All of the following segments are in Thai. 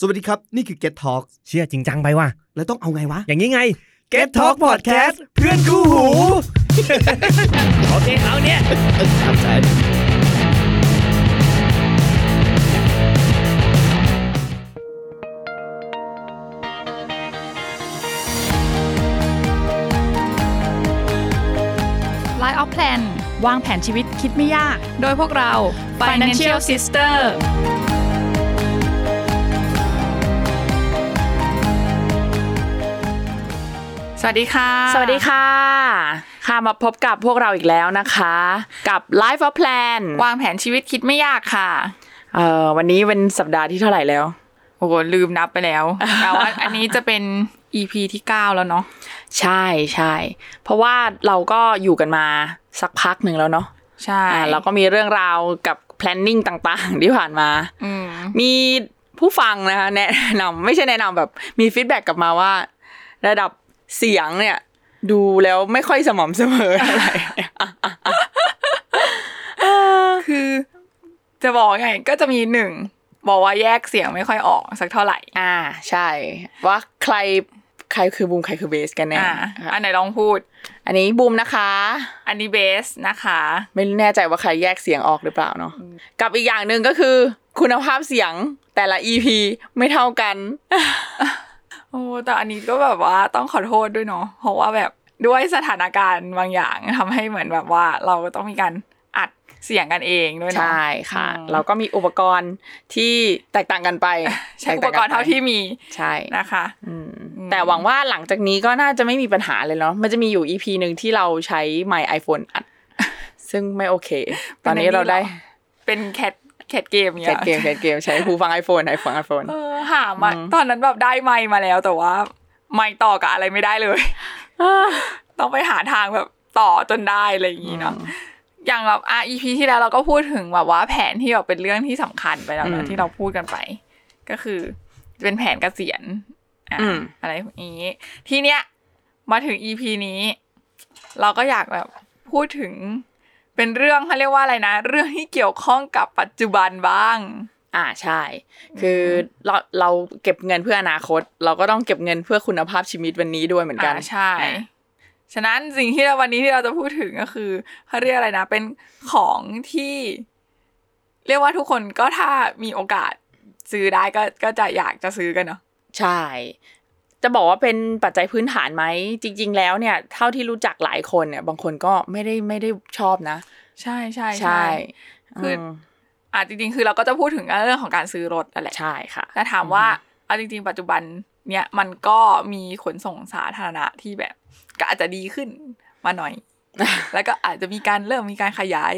สวัสดีครับ นี่คือ Get Talk เชื่อจริงจังไปว่ะ แล้วต้องเอาไงวะ อย่างนี้ไง Get Talk Podcast เพื่อนคู่หู โอเคเอาเนี่ย สามแสน ไลน์ออฟแพลนวางแผนชีวิตคิดไม่ยาก โดยพวกเรา Financial Sister สวัสดีค่ะ สวัสดีค่ะ ค่ะมาพบกับพวกเราอีกแล้วนะคะ กับ Life of Plan วางแผนชีวิตคิดไม่ยากค่ะ เอ่อวันนี้เป็นสัปดาห์ที่เท่าไหร่แล้ว โอ้โหลืมนับไปแล้ว แต่ว่าอันนี้จะเป็น EP ที่ 9 แล้วเนาะ ใช่ใช่ เพราะว่าเราก็อยู่กันมาสักพักหนึ่งแล้วเนาะ ใช่ อ่าเราก็มีเรื่องราวกับ planning ต่างๆ ที่ผ่านมา อืม มีผู้ฟังนะคะแนะนำไม่ใช่แนะนำแบบมีฟีดแบ็กกลับมาว่า ระดับเสียงเนี่ย ดูแล้วไม่ค่อยสม่ำเสมออะไร คือ จะบอกไงก็จะมีหนึ่งบอกว่าแยกเสียงไม่ค่อยออกสักเท่าไหร่ อ่าใช่ ว่าใครใครคือบูมใครคือเบสกันแน่ อ่า ค่ะ อันไหนลองพูด อันนี้บูมนะคะ อันนี้เบสนะคะ ไม่แน่ใจว่าใครแยกเสียงออกหรือเปล่าเนาะกับอีกอย่างหนึ่งก็คือ คุณภาพเสียงแต่ละ EP ไม่เท่ากัน โอ้แต่อันนี้ก็แบบว่าต้องขอโทษด้วยเนาะเพราะว่าแบบด้วยสถานการณ์บางอย่างทำให้เหมือนแบบว่าเราต้องมีการอัดเสียงกันเองด้วยเนาะ ใช่ค่ะ อืม เราก็มีอุปกรณ์ที่แตกต่างกันไป ใช้อุ แต ป ง ก น รณ์เท่าที่มี ใช่ นะคะ อืม อืม แต่หวังว่าหลังจากนี้ก็น่าจะไม่มีปัญหาเลยเนาะมันจะมีอยู่ EP หนึ่งที่เราใช้ My iPhone อัด ซึ่งไม่โอเค ตอนนี้เราได้ เป็นแคทแคทเกม แค เนี่ย ทเกมแคทเกมใช้หูฟัง iPhone ไอ o n e iPhone เออหามาตอนนั้นแบบได้ไมค์มาแล้วแต่ว่า ไมค์ต่อกับอะไรไม่ได้เลย ต้องไปหาทางแบบต่อจนได้อะไรอย่างนี้เนาะอย่างแบบอ่ะ EP ที่แล้วเราก็พูดถึงแบบว่าแผนที่แบบเป็นเรื่องที่สำคัญไปแล้ว อื นะ ม ที่เราพูดกันไป ก็คือเป็นแผนเกษียณอ่ะ อืม อะไรอย่างนี้ ทีเนี้ยมาถึง EP นี้ เราก็อยากแบบพูดถึงเป็นเรื่องเขาเรียกว่าอะไรนะ เรื่องที่เกี่ยวข้องกับปัจจุบันบ้าง อ่าใช่ คือเราเราเก็บเงินเพื่ออนาคต เราก็ต้องเก็บเงินเพื่อคุณภาพชีวิตวันนี้ด้วยเหมือนกัน อ่าใช่ ฉะนั้นสิ่งที่เราวันนี้ที่เราจะพูดถึงก็คือเขาเรียกอะไรนะ เป็นของที่ เรียกว่าทุกคนก็ถ้ามีโอกาสซื้อได้ก็ก็จะอยากจะซื้อกันเนาะ ใช่ จะบอกว่าเป็นปัจจัยพื้นฐานไหม จริง ๆ แล้วเนี่ย เท่าที่รู้จักหลายคนเนี่ย บางคนก็ไม่ได้ไม่ได้ชอบนะ ใช่ใช่ ใช่ คือ ม อ่าจริงๆ คือเราก็จะพูดถึงเรื่องของการซื้อรถนั่นแหละ ใช่ค่ะ แต่ถามว่าเอาจริง ๆ ปัจจุบันเนี่ยมันก็มีขนส่งสาธารณะที่แบบ ก็อาจจะดีขึ้นมาหน่อย แล้วก็อาจจะมีการเริ่มมีการขยาย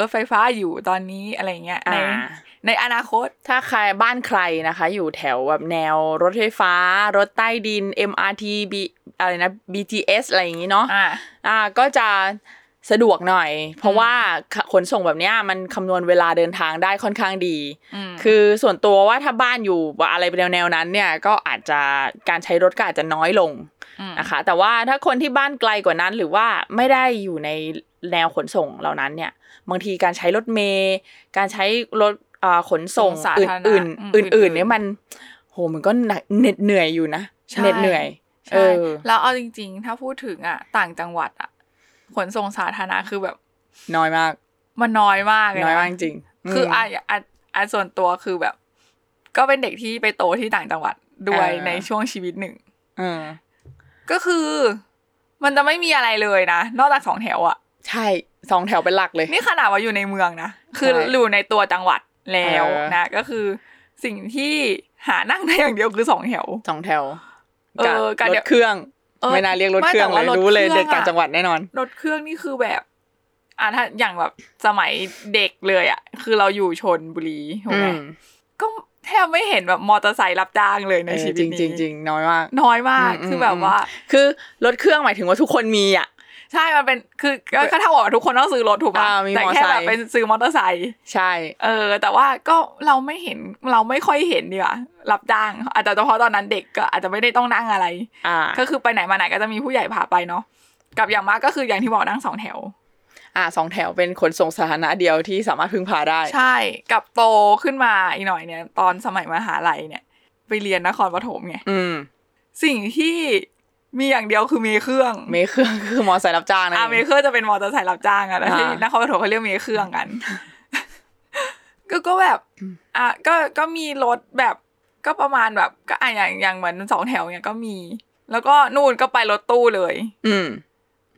รถไฟฟ้าอยู่ตอนนี้อะไรเงี้ยใน อ่า ในอนาคต ถ้าใครบ้านใครนะคะ อยู่แถวแบบแนวรถไฟฟ้า รถใต้ดิน MRT B อะไรนะ BTS อะไรอย่างนี้เนาะ อ่า อ่าก็จะสะดวกหน่อย เพราะว่าขขนส่งแบบเนี้ยมันคำนวณเวลาเดินทางได้ค่อนข้างดี คือ คือส่วนตัวว่าถ้าบ้านอยู่อะไรแนวแนวๆนั้นเนี่ยก็อาจจะการใช้รถก็อาจจะน้อยลง ม นะคะ แต่ว่าถ้าคนที่บ้านไกลกว่านั้น หรือว่าไม่ได้อยู่ในแนวขนส่งเหล่านั้นเนี่ย บางทีการใช้รถเมย์การใช้รถอ่าขนส่ง สา อ ธารณะ ื่น อืม ๆอื่นๆเนี่ยมันโหมันก็หนักเหน็ดเหนื่อยอยู่นะ ใช่ เหน็ดเหนื่อยเอ ใช่ อ แล้วเอาจริงๆ ถ้าพูดถึงอ่ะ ต่างจังหวัดอ่ะ ขนส่งสาธารณะคือแบบ น้อยมาก มันน้อยมากเลย น้อยมาก นะ จริงๆ คือ ม อ่ะอ่ะอ่ะส่วนตัวคือแบบ ก็เป็นเด็กที่ไปโตที่ต่างจังหวัดด้วย เออ ในช่วงชีวิตหนึ่ง เออ ก็คือ มันจะไม่มีอะไรเลยนะ นอกจากสองแถวอ่ะ ใช่สองแถวเป็นหลักเลย นี่ขนาดว่าอยู่ในเมืองนะ คือ ใช่ อยู่ในตัวจังหวัดแล้ว เออ นะ ก็คือสิ่งที่หานั่งได้อย่างเดียวคือสองแถว สองแถว เออ กั กั บบ ร เดี๋ ถ ยว เครื่อง เออ ไม่น่าเรียกรถเครื่อง ไม่แต่ว่ายเลรถ รู้เลย เครื่อง เด็กต่าง อะ จังหวัดแน่นอน รถเครื่องนี่คือแบบอ่ะถ้าอย่างแบบสมัยเด็กเลยอ่ะ คือเราอยู่ชนบุรีถูกไหม อืม ก็แทบไม่เห็นแบบมอเตอร์ไซค์รับจ้างเลยใน เออ ชีวิ จ ต ริง นี้ จริงจริงน้อยมาก น้อยมาก อืม คือ ม แบบว่า คือรถเครื่องหมายถึงว่าทุกคนมีอ่ะ ใช่มันเป็นคือก็ก็เท่ากับทุกคนต้องซื้อรถถูกป่ะ อ่ามี แต่ มอเตอร์ แค่ ไซค์ แบบเป็นซื้อมอเตอร์ไซค์ ใช่ เออ แต่ว่าก็เราไม่เห็นเราไม่ค่อยเห็นดีกว่ารับจ้าง อาจจะเพราะตอนนั้นเด็กก็อาจจะไม่ได้ต้องนั่งอะไร อ่า ก็คือไปไหนมาไหนก็จะมีผู้ใหญ่พาไปเนาะกับอย่างมากก็คืออย่างที่บอกนั่งสองแถว อ่าสองแถวเป็นขนส่งสาธารณะเดียวที่สามารถพึ่งพาได้ ใช่กับโตขึ้นมาอีกหน่อยเนี่ย ตอนสมัยมหาลัยเนี่ย ไปเรียนนครปฐมไง อืม สิ่งที่มีอย่างเดียวคือมีเครื่อง เมเครื่อง คือมอไซค์รับจ้างนะ อ่าเมเครื่องจะเป็นมอเตอร์ไซค์รับจ้างอะนะที่ อ่าน ครปฐมเขาเรียกเมเครื่องกัน ก็ก็แบบอ่ะก็ก็มีรถแบบก็ประมาณแบบ ก็อ่ะอย่างอย่างเหมือนสองแถวเนี่ยก็มี แล้วก็นู่นก็ไปรถตู้เลย ืม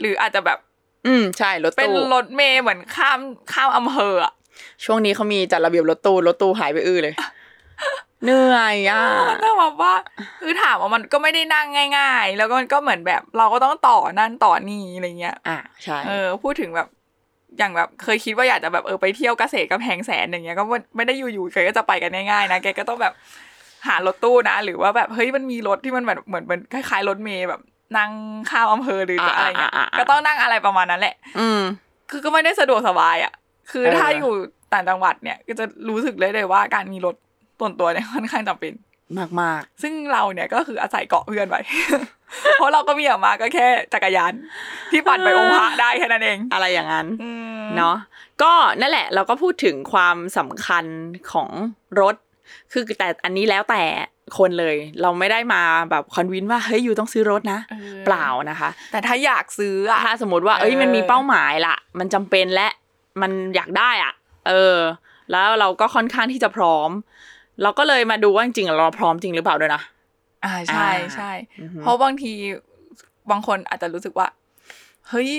หรืออาจจะแบบ อืม ใช่รถ เป็น ตู้ รถเมย์เหมือนข้ามข้ามอำเภออะ ช่วงนี้เขามีจัดระเบียบรถตู้รถตู้หายไปอื้อ เลย เหนื่อยอ่ะ แต่แบบว่าคือถามว่ามันก็ไม่ได้นั่งง่าย ๆ แล้วก็มันก็เหมือนแบบเราก็ต้องต่อนั่นต่อนี่อะไรเงี้ย อ่ะใช่ เออพูดถึงแบบอย่างแบบเคยคิดว่าอยากจะแบบเออไปเที่ยวเกษตรกำแพงแสนอย่างเงี้ยก็ไม่ไม่ได้อยู่ๆแกก็จะไปกันง่ายๆนะแกก็ต้องแบบหารถตู้นะ หรือว่าแบบเฮ้ยมันมีรถที่มันแบบเหมือนเหมือนคล้ายๆรถเมย์แบบนั่งข้ามอำเภอหรือจะอะไรเงี้ย อ่าๆๆๆ ก็ต้องนั่งอะไรประมาณนั้นแหละ อืม คือก็ไม่ได้สะดวกสบายอ่ะ คือ เออ ถ้าอยู่ต่างจังหวัดเนี่ย ก็จะรู้สึกเลยเลยว่าการมีรถส่วนตัวเนี่ยค่อนข้างจำเป็น มากมาก ซึ่งเราเนี่ยก็คืออาศัยเกาะเพื่อนไป เพราะเราก็มีออกมาก็แค่จักรยาน ที่ปั่นไปองค์พระได้แค่นั้นเอง ๆอะไรอย่างนั้น อืม เนาะก็นั่นแหละเราก็พูดถึงความสำคัญของรถ คือแต่อันนี้แล้วแต่คนเลย เราไม่ได้มาแบบคอนวินว่าเฮ้ยอยู่ต้องซื้อรถนะ ออ เปล่านะคะ แต่ถ้าอยากซื้ออ่ะ ถ้าสมมติว่าเอ้ย เออ มันมีเป้าหมายละมันจำเป็นและมันอยากได้อ่ะ เออ แล้วเราก็ค่อนข้างที่จะพร้อม เราก็เลยมาดูว่าจริงๆเราพร้อมจริงหรือเปล่าด้วยนะ อ่าใช่ อ่า ใช่ อือฮึ เพราะบางทีบางคนอาจจะรู้สึกว่า เฮ้ย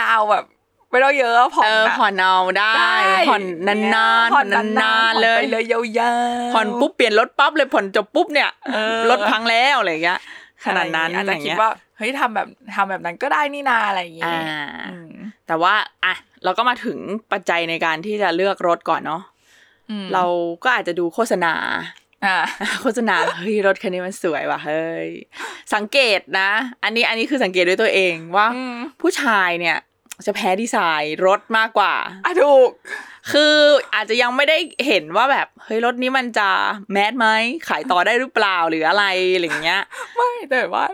ดาวแบบไม่ต้องเยอะผ่อน เออผ่อนเอาได้ผ่อนนานๆ ผ่ ผ่ อ อน น นาน นาน ๆ ๆเล ผ่อนไปยเลยยาวๆ ผ่อนปุ๊บเปลี่ยนรถปั๊บเลยผ่อนจบปุ๊บเนี่ย เออ รถพังแล้วอะไรอย่างเงี้ยขนาดนั้น อาจ อะจะไรอย่าง คิด เงี้ย ว่าเฮ้ยทำแบบทำแบบนั้นก็ได้นี่นาอะไรอย่างเงี้ย อ่า อืม แต่ว่าอ่ะเราก็มาถึงปัจจัยในการที่จะเลือกรถก่อนเนาะ อืม เราก็อาจจะดูโฆษณา อ่า โฆษณา เฮ้ยรถคันนี้มันสวยว่ะเฮ้ยสังเกตนะ อันนี้อันนี้คือสังเกตด้วยตัวเองว่า อืม ผู้ชายเนี่ยจะแพ้ดีไซน์รถมากกว่า อ่ะถูก คืออาจจะยังไม่ได้เห็นว่าแบบเฮ้ยรถนี้มันจะแมสไหมขายต่อได้หรือเปล่าหรืออะไรอะไรอย่างเงี้ย ไม่แต่ว่า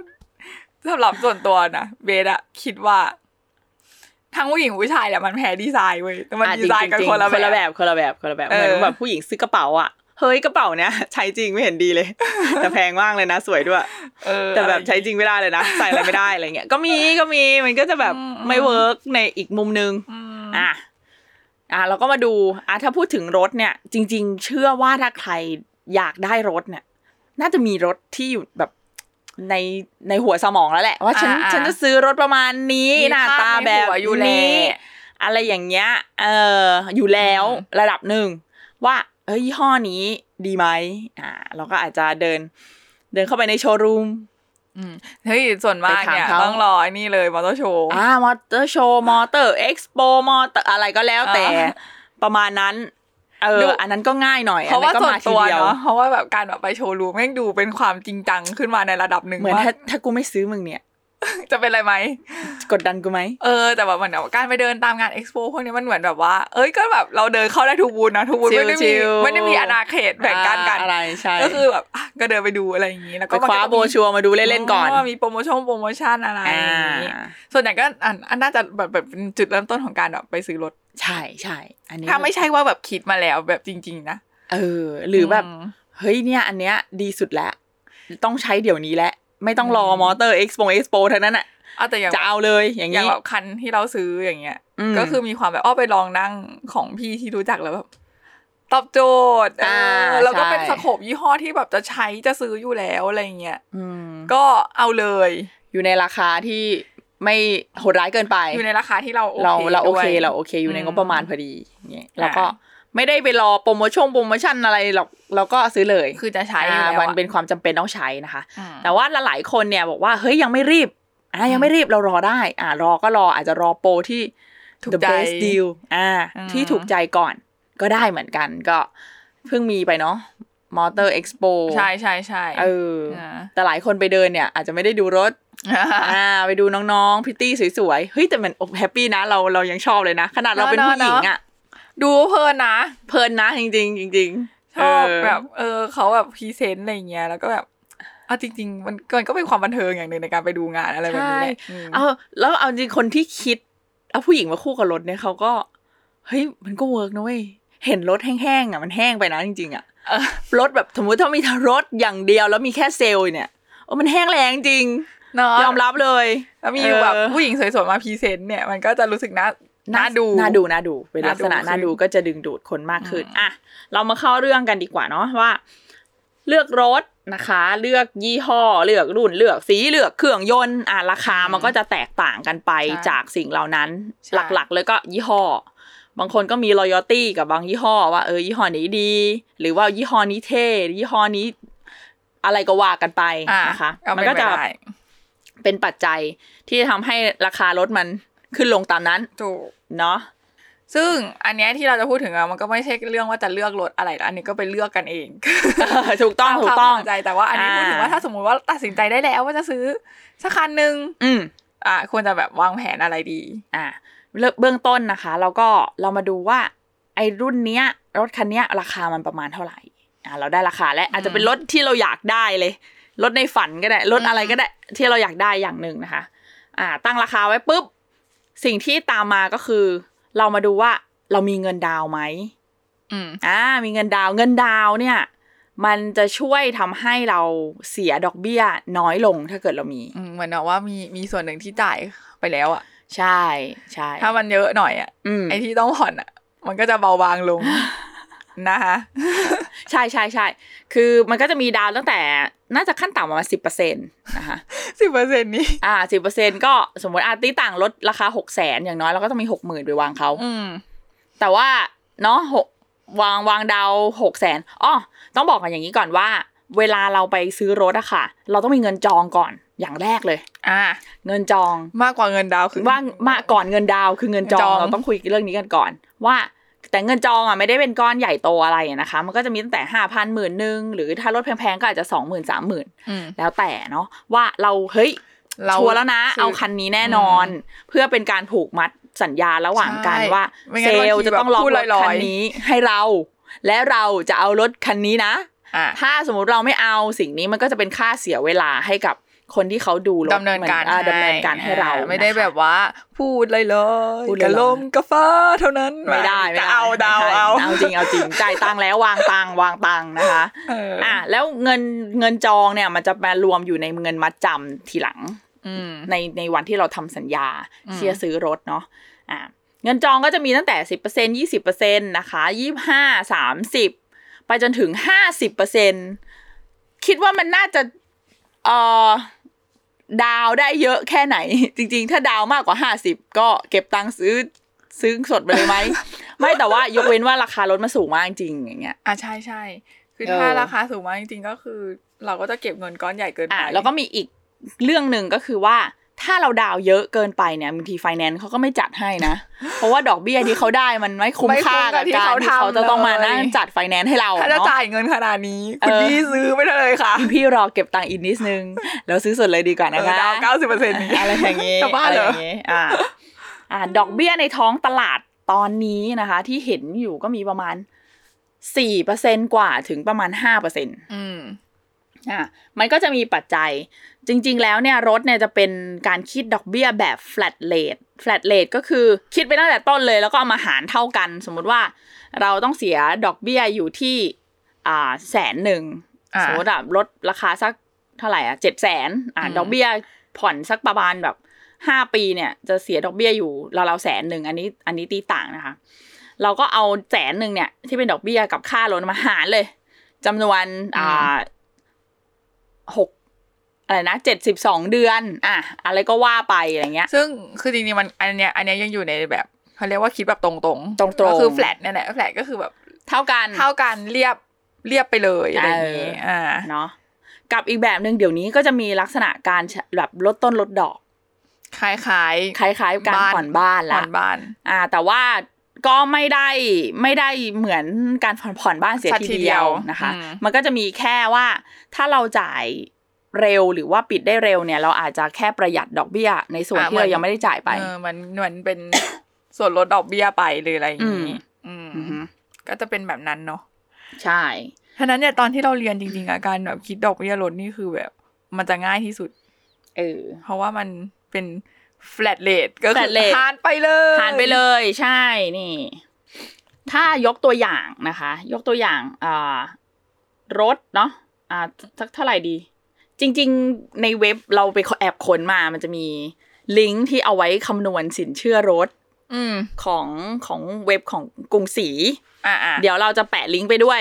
สำหรับส่วนตัวนะเบสอะคิดว่า ทั้งผู้หญิงผู้ชายแหละมันแพ้ดีไซน์เว้ยแต่มัน อ่ะ ดีไซน์กัน จริงๆ คนละ คนละ แบ แบบ บคนละแบบคนละแบบเหมือน เออ แบบผู้หญิงซื้อกระเป๋าอ่ะเฮ้ยกระเป๋าเนี้ยใช้จริงไม่เห็นดีเลย แต่แพงมากเลยนะ สวยด้วย เออ แต่แบบ อะไร ใช้จริงไม่ได้ เลยนะใส่อะไรไม่ได้อะไรเงี้ยก็มีก็มีมันก็จะแบบ อืม ไม่เวิร์กในอีกมุมนึง อืม อ่ะอ่ะเราก็มาดูอ่ะถ้าพูดถึงรถเนี่ย จริง ๆ เชื่อว่าถ้าใครอยากได้รถเนี่ย น่าจะมีรถที่อยู่แบบในในหัวสมองแล้วแหละว่าฉันฉันจะซื้อรถประมาณนี้ มี หน้า ภ ตา พ แบ ใน บ หัวอยู่แล้ นี้ ว อะไรอย่างเงี้ย เอออยู่แล้ว อืม ระดับหนึ่งว่า เอ้ยยี่ห้อนี้ดีไหมอ่า เราก็อาจจะเดิน เดินเข้าไปในโชว์รูม อืมเฮ้ยส่วนมากเนี่ย ไปถามเขา ต้องรอไอ้นี่เลยมอเตอร์โชว์ อ่ามอเตอร์โชว์มอเตอร์เอ็กซ์โปมอเตอร์อะไรก็แล้วแต่ อ่า ประมาณนั้น เอ ดู อ อันนั้นก็ง่ายหน่อย เพราะว่า อัก็ ส่วน มที ตัว ดีย เนาะเพราะว่าแบบการแบบไปโชว์รูมแม่งดูเป็นความจริงจังขึ้นมาในระดับหนึ่ง เหมือน ว่า ถ้าถ้ากูไม่ซื้อมึงเนี่ย จะเป็นอะไรไหม กดดันกูไหม เออแต่แบบเหมือนแบบการไปเดินตามงานเอ็กซ์โปพวกนี้มันเหมือนแบบว่า เอ้ยก็แบบเราเดินเข้าได้ทุกบูธนะทุกบูธไม่ได้ ชิ มี ลๆ ไม่ได้มีอาณาเขตแบ่งกันกัน อ่าอะไรใช่ ก็คือแบบอ่ะก็เดินไปดูอะไรอย่างนี้แล้ว ไป ก็มัน คก็ว้าจะมี โบชัวร์มาดูเล่นๆก่อน ว่ามีโปรโมชั่นโปรโมชั่นอะไร อ่า อย่างงี้ส่วนใหญ่ก็อันอันน่าจะแบบแบบเป็นจุดเริ่มต้นของการแบบไปซื้อรถ ใช่ใช่อันนี้ ถ้าไม่ใช่ว่าแบบคิดมาแล้วแบบจริง ๆ นะ เออ หรือแบบ ม เฮ้ยเนี่ยอันเนี้ยดีสุดแล้ว ต้องใช้เดี๋ยวนี้แหละ ไม่ต้องรอ อืม มอเตอร์เอ็กซ์โปเอ็กซ์โปทั้งนั้นอ่ะ เอาแต่อย่าง จะเอาเลยอย่าง อย่าง นี้ แบบคันที่เราซื้ออย่างเงี้ย ม ก็คือมีความแบบอ้อไปลองนั่งของพี่ที่รู้จักแล้วแบบตอบโจทย์เอออา แล้วก็เป็น ใช่ สโคปยี่ห้อที่แบบจะใช้จะซื้ออยู่แล้วอะไรอย่างเงี้ย ม ก็เอาเลย อยู่ในราคาที่ไม่โหดร้ายเกินไป อยู่ในราคาที่เราโอเค เราเราโอเค ด้วย เราโอเคอยู่ใน อืม งบประมาณพอดีอย่างเงี้ยแล้วก็ อ่า ไม่ได้ไปรอโปรโมชั่นโปรโมชั่นอะไรหรอกเราก็ซื้อเลย คือจะใช้อยู่ อ่า แล้ว มัน อะ เป็นความจำเป็นต้องใช้นะคะ อืม แต่ว่าหลายๆคนเนี่ยบอกว่าเฮ้ยยังไม่รีบอ่ายังไม่รีบเรารอได้ อ่ารอก็รออาจจะรอโปรที่ ถูก the ใจ best deal อ่า อืม ที่ถูกใจก่อนก็ได้เหมือนกันก็เพิ่งมีไปเนาะมอเตอร์เอ็กซ์โป ใช่ใช่ใช่ เออแต่หลายคนไปเดินเนี่ย อาจจะไม่ได้ดูรถ อ่าไปดูน้องๆพริตตี้สวยๆเฮ้ยแต่มันแฮปปี้นะเราเรายังชอบเลยนะ ขนาดเราเป็นผู้หญิงอ่ะ ดูเพลินนะ เพลินนะจริงๆจริงชๆอบ เ แบบเออเขาแบบพรีเซนต์อะไรอย่างเงี้ยแล้วก็แบบเอาจริง ๆ มันมันก็เป็นความบันเทิงอย่างหนึ่งในการไปดูงานอะไรแบบนี้แหละ ใช่ เอาแล้วเอาจริงคนที่คิด เอาผู้หญิงมาคู่กับรถเนี่ยเขาก็เฮ้ยมันก็เวิร์กนะเว้ยเห็นรถแห้งๆอ่ะมันแห้งไปนะจริงๆอ่ะ เออ รถแบบสมมติถ้ามีรถอย่างเดียวแล้วมีแค่เซลล์เนี่ยโอ้มันแห้งแรงจริง เนาะ ยอมรับเลย แล้วมีแบบ เออ ผู้หญิงสวยๆมาพรีเซนต์เนี่ยมันก็จะรู้สึกน่าน่าดู น่าดู น่าดู เป็นลักษณะ น่าดู น่าดูก็จะดึงดูดคนมากขึ้น อืม อ่ะ เรามาเข้าเรื่องกันดีกว่าเนาะว่า เลือกรถนะคะ เลือกยี่ห้อ เลือกรุ่น เลือกสี เลือกเครื่องยนต์ อ่ะ ราคามันก็จะแตกต่างกันไป ใช่ จากสิ่งเหล่านั้น ใช่ หลักๆ เลยก็ยี่ห้อ บางคนก็มีรอยตี้กับบางยี่ห้อว่าเออยี่ห้อนี้ดี หรือว่ายี่ห้อนี้เท่ ยี่ห้อนี้ อะไรก็ว่ากันไป อ่ะ นะคะ เอามัมัน ก็ ก็ จะ จะ เป็นปัจจัยที่ทำให้ราคารถมันขึ้นลงตามนั้น ถูก เนาะ ซึ่งอันเนี้ยที่เราจะพูดถึงอะมันก็ไม่ใช่เรื่องว่าจะเลือกรถอะไรนะอันนี้ก็ไปเลือกกันเอง ถูกต้อง าม ถูกต้อง ความพใจแต่ว่าอันนี้ อ่า พูดถึงว่าถ้าสมมติว่าตัดสินใจได้แล้วว่าจะซื้อสักคันหนึ่ง อืม อ่ะควรจะแบบวางแผนอะไรดี อ่าเริ่มเบื้องต้นนะคะ เราก็เรามาดูว่า ไอ้รุ่นเนี้ย รถคันเนี้ย ราคามันประมาณเท่าไหร่อ่าเราได้ราคาแล้วอาจจะเป็นรถที่เราอยากได้เลยรถในฝันก็ได้รถอะไรก็ได้ ที่เราอยากได้อย่างหนึ่งนะคะ อ่า ตั้งราคาไว้ปุ๊บสิ่งที่ตามมาก็คือ เรามาดูว่าเรามีเงินดาวน์ไหม อืม อ่ามีเงินดาวน์เงินดาวน์เนี่ย มันจะช่วยทำให้เราเสียดอกเบี้ยน้อยลงถ้าเกิดเรามี อืมเหมือนแบบว่ามีมีส่วนหนึ่งที่จ่ายไปแล้วอะ ใช่ใช่ ถ้ามันเยอะหน่อยอะ อืม ไอที่ต้องผ่อนอะมันก็จะเบาบางลง นะคะ ใช่ใช่ใช่ คือมันก็จะมีดาวน์ตั้งแต่น่าจะขั้นต่ำประมาณสิบเปอร์เซ็นต์นะคะ สิบเปอร์เซ็นต์นี้ อ่าสิบเปอร์เซ็นต์ก็สมมติอาร์ตีต่างลดราคาหกแสนอย่างน้อยเราก็ต้องมีหกหมื่นไปวางเขา อืม แต่ว่าเนาะหกวางวางดาวหกแสนอ๋อต้องบอกกันอย่างนี้ก่อนว่า เวลาเราไปซื้อรถอะค่ะ เราต้องมีเงินจองก่อนอย่างแรกเลย อ่า เงินจอง มากกว่าเงินดาวน์คือ ว่างมาก่อนเงินดาวคือเงินจ เงินจ อ องง เราต้องคุยเรื่องนี้กันก่อน ว่าแต่เงินจองอ่ะไม่ได้เป็นก้อนใหญ่โตอะไรอะนะคะ มันก็จะมีตั้งแต่ห้าพันหมื่นหนึ่งหรือถ้ารถแพงๆก็อาจจะสองหมื่นสามหมื่น อืม แล้วแต่เนาะว่าเราเฮ้ย เรา ชัวร์แล้วนะ ซื้อ เอาคันนี้แน่นอน เพื่อเป็นการผูกมัดสัญญาระหว่างกัน ใช่ ว่า ไม่งั้นเซลล บางที จะต้องล็อก แบบพูด รถ ลอยๆ คันนี้ให้เรา และเราจะเอารถคันนี้นะ อ่า ถ้าสมมติเราไม่เอาสิ่งนี้มันก็จะเป็นค่าเสียเวลาให้กับคนที่เขาดูรถ ดำเนินการ หมืออ่ดำเนินการให้เรา อ่ไม่ได้ นะคะ แบบว่าพูดเลยเลย พูดลอยๆ กะลมกะฟ้าเท่านั้น ไม่ได้ไม่ จะ ได้ เอาดาว ไม่ใช่ เอา เอาจริงเอาจริงจ่ายตังค์แล้ววางตังค์วางตังค์นะคะ เอออ่ะ อ่ะแล้วเงินเงินจองเนี่ยมันจะมารวมอยู่ในเงินมัดจำทีหลัง อืม ในในวันที่เราทำสัญญา อืม เชียร์ซื้อรถเนาะอ่ะเงินจองก็จะมีตั้งแต่สิบเปอร์เซ็นยี่สิบเปอร์เซ็นนะคะยี่ห้าสามสิบไปจนถึงห้าสิบเปอร์เซ็นคิดว่ามันน่าจะเอ่อดาวได้เยอะแค่ไหน จริง ๆ ถ้าดาวมากกว่าห้าสิบก็เก็บตังค์ซื้อซื้อสดไปเลยไหม ไม่แต่ว่ายกเว้นว่าราคารถมันสูงมากจริงอย่างเงี้ย อ่ะใช่ใช่คือ เออ ถ้าราคาสูงมากจริงๆก็คือ เราก็จะเก็บเงินก้อนใหญ่เกิน อ่ะ ไป แล้วก็มีอีกเรื่องหนึ่งก็คือว่าถ้าเราดาวเยอะเกินไปเนี่ยบางทีไฟแนนซ์เขาก็ไม่จัดให้นะ เพราะว่าดอกเบี้ยที่เขาได้มันไม่คุ้มค่ากับการที่เขาจะต้องมานั่งจัดไฟแนนซ์ให้เรา ถ้าจะ เนาะ จ่ายเงินขนาดนี้ คุณ เออ พี่ซื้อไม่ได้เลยค่ะ คุณพี่รอเก็บตังค์อีกนิด นึง แล้วซื้อสดเลยดีกว่า เอ นะ อ คะ ดาวเก้าสิบเปอร์เซ็นต์ อะไรอย่างเงี้ย จะบ้าเหรออ ะไย่างงี้อ่าอ่าดอกเบี้ยในท้องตลาดตอนนี้นะคะ ที่เห็นอยู่ก็มีประมาณสี่เปอร์เซ็นกว่าถึงประมาณห้าเปอร์เซ็น อืม อ่ะมันก็จะมีปัจจัยจริง ๆ แล้วเนี่ยรถเนี่ยจะเป็นการคิดดอกเบี้ยแบบ flat rate flat rate ก็คือคิดไปตั้งแต่ต้นเลยแล้วก็เอามาหารเท่ากัน สมมุติว่าเราต้องเสียดอกเบี้ยอยู่ที่อ่าแสนหนึ่ง อ่า สมมติแบบลดราคาสักเท่าไหร่อ่ะเจ็ดแสนอ่า อืม ดอกเบี้ยผ่อนสักประมาณแบบห้าปีเนี่ยจะเสียดอกเบี้ยอยู่ราวๆแสนหนึ่งอันนี้อันนี้ตีต่างนะคะ เราก็เอาแสนหนึ่งเนี่ยที่เป็นดอกเบี้ยกับค่ารถมาหารเลยจำนวนอ่ อื าม หกอะไรนะเจ็ดสิบสองเดือน อ่ะ อะไรก็ว่าไปอะไรเงี้ย ซึ่งคือจริงๆมันอันเนี้ยอันเนี้ยยังอยู่ในแบบเขาเรียกว่าคิดแบบตรงๆตรง ตรงๆ ก็คือแฟลตนั่นแหละแฟลตก็คือแบบ เท่ากัน เท่ากันเรียบเรียบไปเลยอะไรอย่างงี้ เอออ่ อ่า เนาะกับอีกแบบหนึ่งเดี๋ยวนี้ก็จะมีลักษณะการแบบลดต้นลดดอก คล้ายๆ คล้ายๆการ บ้าน ผ่อนบ้าน ผ่ ละ อนบ้าน อ่า แต่ว่าก็ไม่ได้ไม่ได้เหมือนการผ่อนผ่อนบ้านเสีย สัก ที ทีเดี เดีย ยวว นะคะ อืม มันก็จะมีแค่ว่าถ้าเราจ่ายเร็วหรือว่าปิดได้เร็วเนี่ย เราอาจจะแค่ประหยัดดอกเบี้ย ในส่วน อ่ะ ที่เรา เหมือน ยังไม่ได้จ่ายไป เออมันเหมือนเป็น ส่วนลดดอกเบี้ยไปหรืออะไรอย่างนี้อืม อือฮึ ก็จะเป็นแบบนั้นเนาะ ใช่ ฉะนั้นเนี่ยตอนที่เราเรียนจริงๆอะการแบบคิดดอกเบี้ยลดนี่คือแบบ มันจะง่ายที่สุด เออ เพราะว่ามันเป็น flat rate ก็คือ flat rate หารไปเลย ผ่านไปเลยใช่นี่ ถ้ายกตัวอย่างนะคะ ยกตัวอย่างอ่ารถเนาะอ่าสักเท่าไหร่ดี จริง ๆ ในเว็บเราไปแอบค้นมามันจะมีลิงก์ที่เอาไว้คำนวณสินเชื่อรถ อืม ของของเว็บของกรุงศรี อ่าอ่า เดี๋ยวเราจะแปะลิงก์ไปด้วย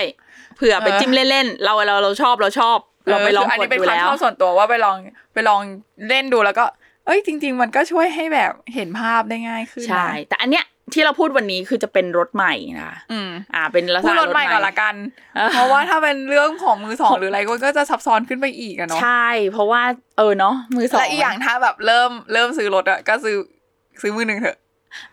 เผื่อไป เออ จิ้มเล่นๆ เราเราเราชอบเราชอบ เราไปลอง คือัน กด นี้เป็น ดู ความ แล้ ช ว อบส่วนตัวว่าไปลองไปลองเล่นดูแล้วก็ เอ้ยจริง ๆ มันก็ช่วยให้แบบเห็นภาพได้ง่ายขึ้นนะ ใช่ แต่อันเนี้ยที่เราพูดวันนี้คือจะเป็นรถใหม่นะ อืม อ่าเป็นลักษ พูด ณะ รถใหม่ก่อนละกัน เพราะว่าถ้าเป็นเรื่องของมือสองหรืออะไรก็จะซับซ้อนขึ้นไปอีกอะเนาะ ใช่ เพราะว่าเออเนาะมือสอง และอีกอย่างถ้าแบบเริ่มเริ่มซื้อรถอะก็ซื้อซื้อมือหนึ่งเถอะ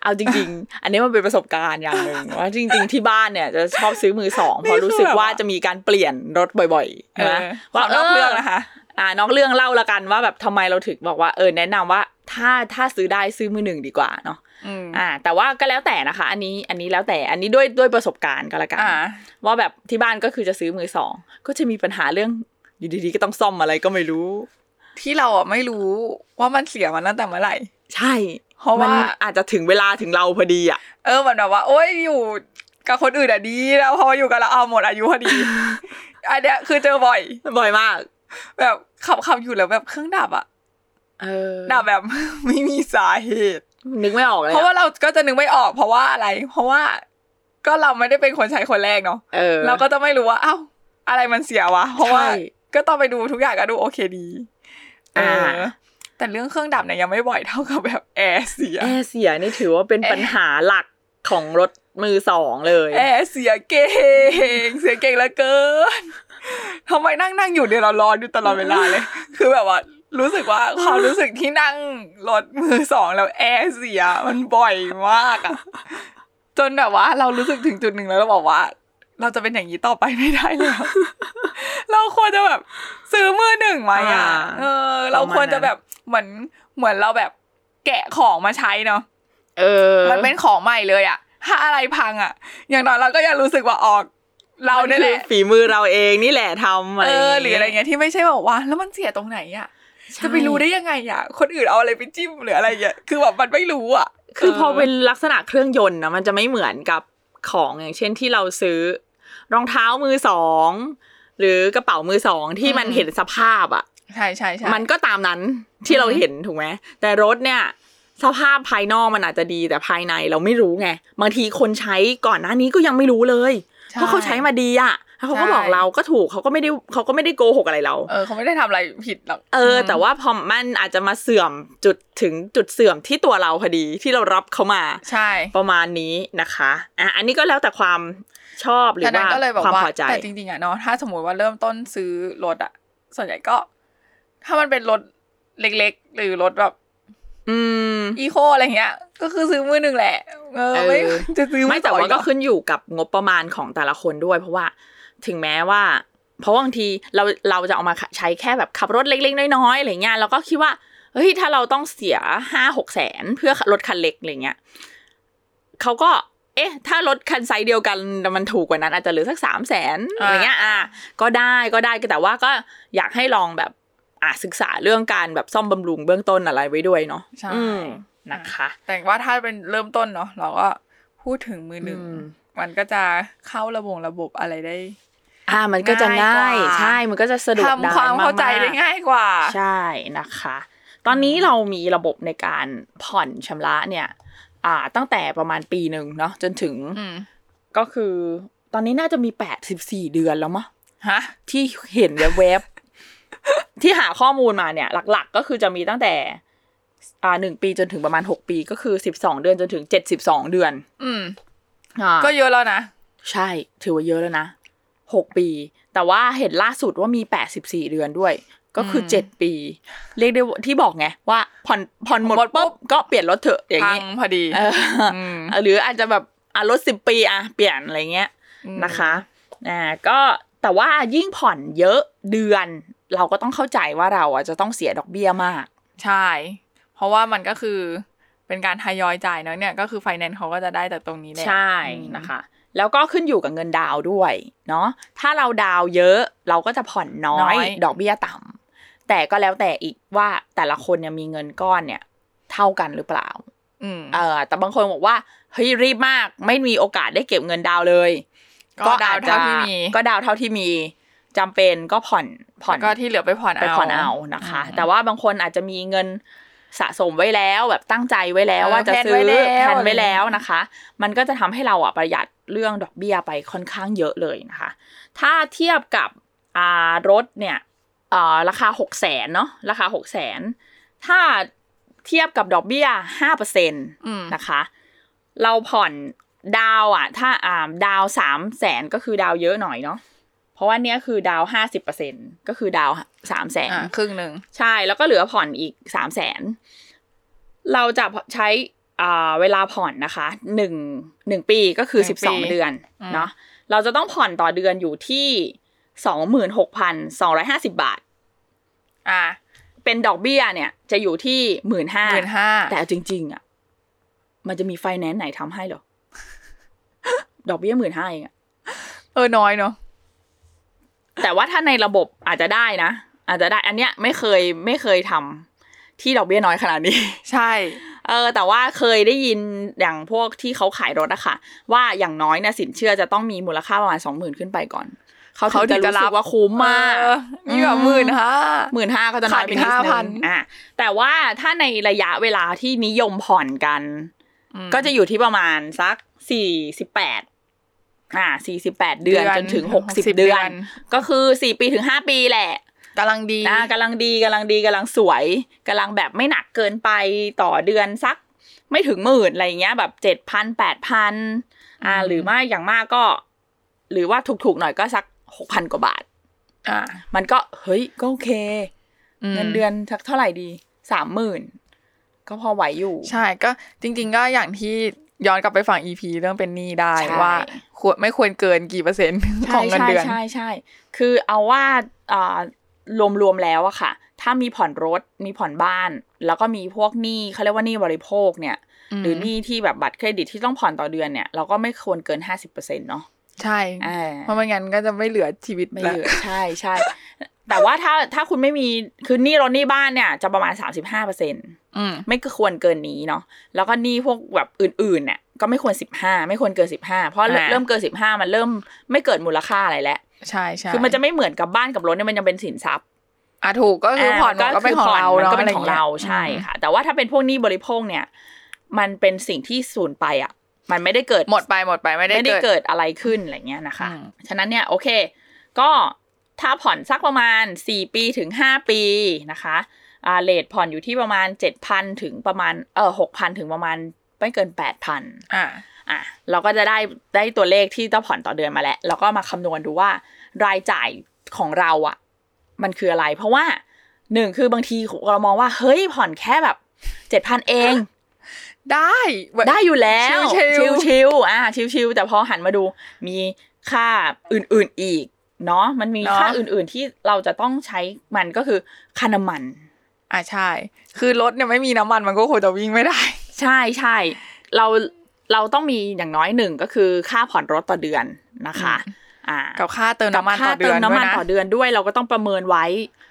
เอาจริง ๆ อันนี้มันเป็นประสบการณ์อย่างหนึ่ งว่าจริง ๆ ที่บ้านเนี่ยจะชอบซื้อมือสองเพราะรู้สึกว่าจะมีการเปลี่ยนรถบ่อยเอๆใช่ไหม อ ว่า ขอนอกเรื่องนะคะ อ่านอกเรื่องเล่าละกันว่าแบบทำไมเราถึงบอกว่าเออแนะนำว่าถ้าถ้าซื้อได้ซื้อมือหนึ่งดีกว่าเนาะ อืม อ่าแต่ว่าก็แล้วแต่นะคะ อันนี้อันนี้แล้วแต่อันนี้ด้วยด้วยประสบการณ์ก็แล้วกัน อ่า ว่าแบบที่บ้านก็คือจะซื้อมือสองก็จะมีปัญหาเรื่องอยู่ดีๆก็ต้องซ่อมอะไรก็ไม่รู้ ที่เราอ่ะไม่รู้ว่ามันเสียมันตั้งแต่เมื่อไหร่ ใช่ เพราะ มั ว่าน อาจจะถึงเวลาถึงเราพอดีอ่ะ เออเหมือนแบบว่า โอ้ยอยู่กับคนอื่นอะดีแล้วพออยู่กับเราเอาหมดอายุพ อดี อันเนี้ยคือเจอบ่อย บ่อยมาก แบบขับขับอยู่แล้วแบบเครื่องดับอะ เออ ดับแบบ ไม่มีสาเหตุ นึกไม่ออกเลย เพราะว่าเราก็จะนึกไม่ออก เพราะว่าอะไร เพราะว่าก็เราไม่ได้เป็นคนใช้คนแรกเนาะ เออ เราก็จะไม่รู้ว่า เอ้า อะไรมันเสียวะ เพราะว่า ใช่ ก็ต้องไปดูทุกอย่างก็ดูโอเคดีเออ อ่า แต่เรื่องเครื่องดับเนี่ยยังไม่บ่อยเท่ากับแบบแอร์เสีย แอร์เสียนี่ถือว่าเป็นปัญหาหลักของรถมือสองเลย แอร์เสียเก่ง เสียเก่งเหลือเกินทำไมนั่งนั่งอยู่เนี่ยเราร้อนอยู่ตลอดเวลาเลย คือแบบว่า รู้สึกว่าความรู้สึกที่นั่งรถมือสองแล้วแอร์เสียมันบ่อยมากอะจนแบบว่า เรารู้สึกถึงจุดหนึ่งแล้วเราบอกว่า เราจะเป็นอย่างนี้ต่อไปไม่ได้แล้ว เราควรจะแบบ ซื้อมือหนึ่งไหมอ่ะเออ เราควรจะแบบเหมือนเหมือนเราแบบแกะของมาใช้เนาะ เออ มันเป็นของใหม่เลยอะถ้าอะไรพังอะอย่างน้อยเราก็ยังรู้สึกว่าออก เราเนี่ยแหละ มัคือฝีมือเราเองนี่แหละทำอะไร เออ หรืออะไร ย่างเงี้ย เงี้ยที่ไม่ใช่แบบว่า แล้วมันเสียตรงไหนอะจะไปรู้ได้ยังไงอะคนอื่นเอาอะไรไปจิ้มหรืออะไรเงี้ย คือแบบมันไม่รู้อะ คือพอเป็นลักษณะเครื่องยนต์นะมันจะไม่เหมือนกับของอย่างเช่นที่เราซื้อ รองเท้ามือสองหรือกระเป๋ามือสองที่มันเห็นสภาพอ่ะ ใช่ใช่ใช่ มันก็ตามนั้นที่เราเห็นถูกไหมแต่รถเนี่ยสภาพภายนอกมันอาจจะดีแต่ภายในเราไม่รู้ไงบางทีคนใช้ก่อนหน้านี้ก็ยังไม่รู้เลย ใช่ เพราะเขาใช้มาดีอ่ะแล้วเขาก็ ใช่ บอกเราก็ถูกเขาก็ไม่ได้เขาก็ไม่ได้โกหกอะไรเรา เออเขาไม่ได้ทำอะไรผิดหรอก เออ แต่ว่าพอมันอาจจะมาเสื่อมจุดถึงจุดเสื่อมที่ตัวเราพอดีที่เรารับเขามา ใช่ ประมาณนี้นะคะอ่ะอันนี้ก็แล้วแต่ความชอบหรือ แต่นั้ ว่าน ก็เลยแบบ ความ ว่า พอใจ แต่จริงๆอะเนาะถ้าสมมติว่าเริ่มต้นซื้อรถอะส่วนใหญ่ก็ ถ้ามันเป็นรถเล็กๆ หรือรถแบบ อืม อีโคอะไรเงี้ย ก็คือซื้อมือหนึ่งแหละ เออ ไม่ เออ จะซื้อ ไม่แต่ อ ว่า อีเหร ก็ อ ขึ้นอยู่กับงบประมาณของแต่ละคนด้วย เพราะว่าถึงแม้ว่า เพราะบางทีเราเราจะเอามาใช้แค่แบบขับรถเล็กๆน้อยๆอะไรเงี้ยเราก็คิดว่าเฮ้ยถ้าเราต้องเสียห้าหกแสนเพื่อรถคันเล็กอะไรเงี้ยเขาก็ เอ๊ะ ถ้ารถคันไซส์เดียวกันมันถูกกว่านั้นอาจจะเหลือสักสามแสนอะไรเงี้ยอ่ะ อ่า ก็ได้ก็ได้แต่ว่าก็อยากให้ลองแบบอ่ะศึกษาเรื่องการแบบซ่อมบำรุงเบื้องต้นอะไรไว้ด้วยเนาะ ใช่ อืมนะคะ แต่ว่าถ้าเป็นเริ่มต้นเนาะเราก็พูดถึงมือหนึ่ง อืม มัน ก็จะเข้าระบบระบบอะไรได้ อ่ะมันก็จะง่าง่ายยกว่า ใช่มันก็จะสะดวก ทำความเข้าใจได้ มก ง่ายกว่า ๆใช่นะคะ ตอนนี้เรามีระบบในการผ่อนชำระเนี่ย อ่า ตั้งแต่ประมาณปีหนึ่งเนาะจนถึง อืม ก็คือ ตอนนี้น่าจะมีแปดสิบสี่เดือนแล้วมะ ฮะ ที่เห็นแวบๆ ที่หาข้อมูลมาเนี่ย หลักๆ ก็คือจะมีตั้งแต่อ่าหนึ่งปีจนถึงประมาณหกปีก็คือสิบสองเดือนจนถึงเจ็ดสิบสองเดือน อืม อ่า ก็เยอะแล้วนะ ใช่ถือว่าเยอะแล้วนะหกปี แต่ว่าเห็นล่าสุดว่ามีแปดสิบสี่เดือนด้วย ก็คือเจ็ดปี เรียกได้ว่าที่บอกไงว่าผ่อนผ่อนหมดปุ๊บก็เปลี่ยนรถเถอะอย่าง พัง นี้ พอดี เออ อืม หรืออาจจะแบบอ่ะรถสิบปีอ่ะเปลี่ยนอะไรเงี้ย นะคะอ่าก็แต่ว่ายิ่งผ่อนเยอะเดือน เราก็ต้องเข้าใจว่าเราอ่ะจะต้องเสียดอกเบี้ยมาก ใช่ เพราะว่ามันก็คือเป็นการทยอยจ่ายเนาะเนี่ยก็คือไฟแนนซ์เขาก็จะได้จากตรงนี้แหละ ใช่นะคะ แล้วก็ขึ้นอยู่กับเงินดาวน์ด้วยเนาะถ้าเราดาวน์เยอะเราก็จะผ่อนน้อย น้อย ดอกเบี้ยต่ำแต่ก็แล้วแต่อีกว่าแต่ละคนเนี่ยมีเงินก้อนเนี่ย เ ท่ากันหรือเปล่า อืม เออแต่บางคนบอกว่าเฮ้ยรีบมากไม่มีโอกาสได้เก็บเงินดาวน์เลย ก็ดาวน์เท่าที่มี ก็ดาวน์เท่าที่มีจำเป็นก็ผ่อนผ่อน ก็ที่เหลือไปผ่อนเอา ไปผ่อนเอานะคะ อืม แต่ว่าบางคนอาจจะมีเงินสะสมไว้แล้วแบบตั้งใจไว้แล้ว เออ ว่าจะ แพลน ซื้ ไว้ อ แล้ว แทนไว้แล้วนะคะ มันก็จะทำให้เราอ่ะประหยัดเรื่องดอกเบี้ยไปค่อนข้างเยอะเลยนะคะ ถ้าเทียบกับอ่ารถเนี่ยเอ่อราคาหกแสนเนาะราคาหกแสนถ้าเทียบกับดอกเบี้ยห้าเปอร์เซ็นต์ อืม นะคะ เราผ่อนดาวอ่ะ ถ้าอ่าดาวสามแสนก็คือดาวเยอะหน่อยเนาะเพราะว่าเนี้ยคือดาวห้าสิบเปอร์เซ็นก็คือดาวสามแสน อ่าครึ่งหนึ่ง ใช่แล้วก็เหลือผ่อนอีกสามแสนเราจะใช้อ่าเวลาผ่อนนะคะหนึ่งหนึ่งปีก็คือ หนึ่ สิบ ง สอง ปี เดือน อืม เนาะเราจะต้องผ่อนต่อเดือนอยู่ที่สองหมื่นหกพันสองร้อยห้าสิบาท อ่า เป็นดอกเบี้ยเนี่ยจะอยู่ที่หมื่นห้า หมื่นห้า แต่เอาจริง ๆ อ่ะ มันจะมีไฟแนนซ์ไหนทำให้เหรอ ดอกเบี้ยหมื่นห้าเองอะ เออน้อยเนาะ แต่ว่าถ้าในระบบอาจจะได้นะ อาจจะได้ อันเนี้ยไม่เคยไม่เคยทำที่ดอกเบี้ยน้อยขนาดนี้ ใช่ เออ แต่ว่าเคยได้ยินอย่างพวกที่เขาขายรถอะค่ะ ว่าอย่างน้อยเนี่ยสินเชื่อจะต้องมีมูลค่าประมาณสองหมื่นขึ้นไปก่อน เขา เขาถึ ถึ ง ง จะ จะ รับรู้สึกว่าคุ้มมาก เออนี่แบบ อืม หมื่นห้า หมื่นห้าก็จะน้อยไปนิด ขาดอีก นึง 5,000 อ่ะแต่ว่าถ้าในระยะเวลาที่นิยมผ่อนกัน อืม ก็จะอยู่ที่ประมาณสักสี่สิบแปดอ่าสี่สิบแปดเดือน เดือน จนถึงหกสิบ 60 เดื เดื อ อน น ก็คือสี่ปีถึงห้าปีแหละ กำลังดี นะกำลังดีกำลังดีกำลังสวยกำลังแบบไม่หนักเกินไปต่อเดือนสัก ไม่ถึงหมื่นอะไรอย่างเงี้ย แบบเจ็ดพันแปดพันอ่า หรือไม่อย่างมากก็ หรือว่าถูกๆหน่อยก็สักหกพันกว่าบาท อ่า มันก็เฮ้ยก็โอเค ม เงินเดือนสักเท่าไหร่ดีสามหมื่นก็พอไหวอยู่ ใช่ก็จริง ๆ ก็อย่างที่ย้อนกลับไปฝั่ง EP เรื่องเป็นหนี้ได้ ใช่ ว่าควรไม่ควรเกินกี่เปอร์เซ็นต์ข ใช่ องเงินเดือน ใช่ใช่ใช่ คือเอาว่าอ่ารวมๆแล้วอะค่ะ ถ้ามีผ่อนรถ มีผ่อนบ้าน แล้วก็มีพวกหนี้เขาเรียกว่าหนี้บริโภคเนี่ย หรือหนี้ที่แบบบัตรเครดิตที่ต้องผ่อนต่อเดือนเนี่ย เราก็ไม่ควรเกินห้าสิบเปอร์เซ็นต์เนาะ ใช่ อ่า เพราะไม่งั้นก็จะไม่เหลือชีวิต ไม่ แล้ เยว อะ ใช่ใช่ แต่ว่าถ้าถ้าคุณไม่มี คือหนี้รถหนี้บ้านเนี่ย จะประมาณสามสิบห้าเปอร์เซ็นต์ อืม ไม่ควรเกินนี้เนาะแล้วก็หนี่พวกแบบอื่นๆเนี่ยก็ไม่ควรสิบห้าไม่ควรเกินสิบห้าเพราะเริ่ม อ่า เริ่มเกินสิบห้ามันเริ่มไม่เกิดมูลค่าอะไรแล้ว ใช่ใช่ คือมันจะไม่เหมือนกับบ้านกับรถเนี่ยมันยังเป็นสินทรัพย์ อ่ะถูกก็คือผ่อนหมดก็เป็นของเรา มัน นะ ก็เป็น อะไร ของเรา ย่ย ใช่ค่ะ แต่ว่าถ้าเป็นพวกหนี้บริโภคเนี่ย มันเป็นสิ่งที่สูญไปอ่ะ มันไม่ได้เกิด หมดไปหมดไปไม่ได้ ไม่ได้ เกิด เกิดอะไรขึ้นอะไรเงี้ยนะคะ อืม ฉะนั้นเนี่ยโอเค ก็ถ้าผ่อนสักประมาณ 4 ปีถึง 5 ปีนะคะอ่าเลทผ่อนอยู่ที่ประมาณ 7,000 ถึงประมาณเออ6,000 ถึงประมาณไม่เกิน 8,000 อ่า อ่ะเราก็จะได้ได้ตัวเลขที่ต้องผ่อนต่อเดือนมาแล้ว เราก็มาคำนวณดูว่ารายจ่ายของเราอะมันคืออะไร เพราะว่าหนึ่งคือบางทีเรามองว่าเฮ้ยผ่อนแค่แบบ 7,000 เอง ได้แบบ ได้อยู่แล้ว ชิวๆ ชิวๆอ่าชิวๆแต่พอหันมาดูมีค่าอื่นๆอีก เนาะมันมี เนาะ ค่าอื่นๆที่เราจะต้องใช้มันก็คือค่าน้ำมัน อ่ะใช่ คือรถเนี่ยไม่มีน้ำมันมันก็คงจะวิ่งไม่ได้ ใช่ใช่เราเราต้องมีอย่างน้อยหนึ่งก็คือค่าผ่อนรถต่อเดือนนะคะอ่า กับค่าเติมน้ำมัน ค่า ต่อเดื เติ อ ม น น้ำมัน ด้วยะ ต่อเดือนด้วย เราก็ต้องประเมินไว้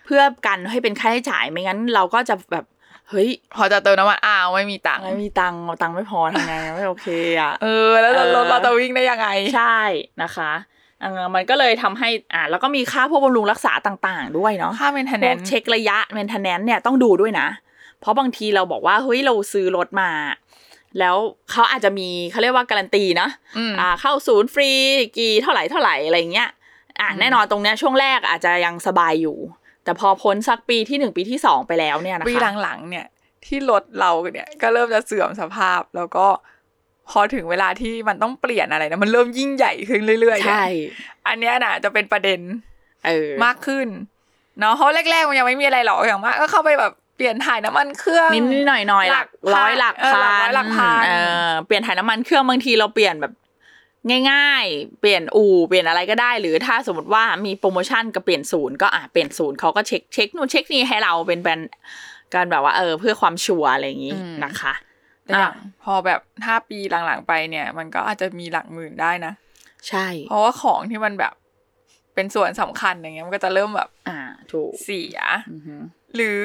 เพื่อกันให้เป็นค่าใช้จ่ายไม่งั้น เราก็จะแบบเฮ้ย พอจะเติมน้ำมันอ้าวไม่มีตังค์ ไม่มีตังค์เอาตังค์ไม่พอทำไงไม่โอเคอะ เออ แล้วรถ เออ รถเราจะวิ่งได้ยังไง ใช่นะคะเอ่อมันก็เลยทำให้อ่าแล้วก็มีค่าพวกบำรุงรักษาต่างๆด้วยเนาะ ค่าเมนเทน พ แน วน กเช็คระยะ m มน n ท e แนนเนี่ยต้องดูด้วยนะ เพราะบางทีเราบอกว่าเฮ้ยเราซื้อรถมา แล้วเขาอาจจะมีเขาเรียกว่าการันตีนะ อืม อ่าเข้าศูนย์ฟรีกี่เท่าไหร่เท่าไหร่อะไรเงี้ยอ่ะ อืม แน่นอนตรงเนี้ยช่วงแรกอาจจะยังสบายอยู่ แต่พอพ้นสักปีที่หนึ่งปีที่สองไปแล้วเนี่ยนะคะ ปีหลังๆเนี่ย ที่รถเราเนี่ยก็เริ่มจะเสื่อมสภาพ แล้วก็พอถึงเวลาที่มันต้องเปลี่ยนอะไรนะมันเริ่มยิ่งใหญ่ขึ้นเรื่อยๆเนี่ย ใช่ อันเนี้ยน่ะจะเป็นประเด็น เออ มากขึ้นเนาะเพราะแรกๆมันยังไม่มีอะไรหรอกอย่างมากก็เข้าไปแบบเปลี่ยนถ่ายน้ำมันเครื่อง นิดๆหน่อยหน่อยๆหลัก หลั ร้ กพัน อยหลัก เออหลักพันร้อยหลักพัน เออเปลี่ยนถ่ายน้ำมันเครื่องบางทีเราเปลี่ยนแบบง่าย ๆ เปลี่ยนอู่เปลี่ยนอะไรก็ได้ หรือถ้าสมมติว่ามีโปรโมชั่นก็เปลี่ยนศูนย์ก็อ่ะเปลี่ยนศูนย์เขาก็เช็คเช็คนู่นเช็คนี่ให้เราเป็นแบรนด์การแบบว่าเออเพื่อความชัวร์อะไรอย่างนี้ อืม นะคะ แต่อย่างพอแบบห้าปีหลังๆไปเนี่ย มันก็อาจจะมีหลักหมื่นได้นะ ใช่ เพราะว่าของที่มันแบบเป็นส่วนสำคัญอย่างเงี้ยมันก็จะเริ่มแบบ อ่าถูก เสีย อือฮึ หรือ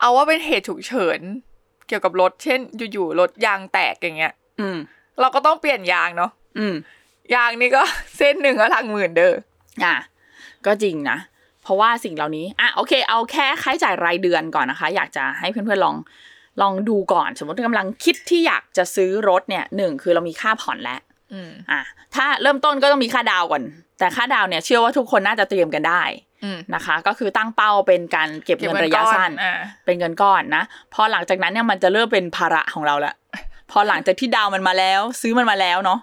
เอาว่าเป็นเหตุฉุกเฉิน เกี่ยวกับรถ เช่น อยู่ๆรถยางแตกอย่างเงี้ย อืม เราก็ต้องเปลี่ยนยางเนาะ อืม ยางนี่ก็ เส้นหนึ่งก็หลักหมื่นเด้อ อ่ะก็จริงนะ เพราะว่าสิ่งเหล่านี้อ่ะโอเค เอาแค่ค่าใช้จ่ายรายเดือนก่อนนะคะ อยากจะให้เพื่อนๆลองลองดูก่อน สมมติกำลังคิดที่อยากจะซื้อรถเนี่ยหนึ่งคือเรามีค่าผ่อนแล้ว อืม อ่ะถ้าเริ่มต้นก็ต้องมีค่าดาวน์ก่อน แต่ค่าดาวน์เนี่ยเชื่อว่าทุกคนน่าจะเตรียมกันได้ อืม นะคะ ก็คือตั้งเป้าเป็นการเก็บเงินระยะสั้น อ่า เป็นเงินก้อนนะพอหลังจากนั้นเนี่ยมันจะเริ่มเป็นภาระของเราละพอหลังจากที่ดาวน์มันมาแล้ว ซื้อมันมาแล้วเนาะ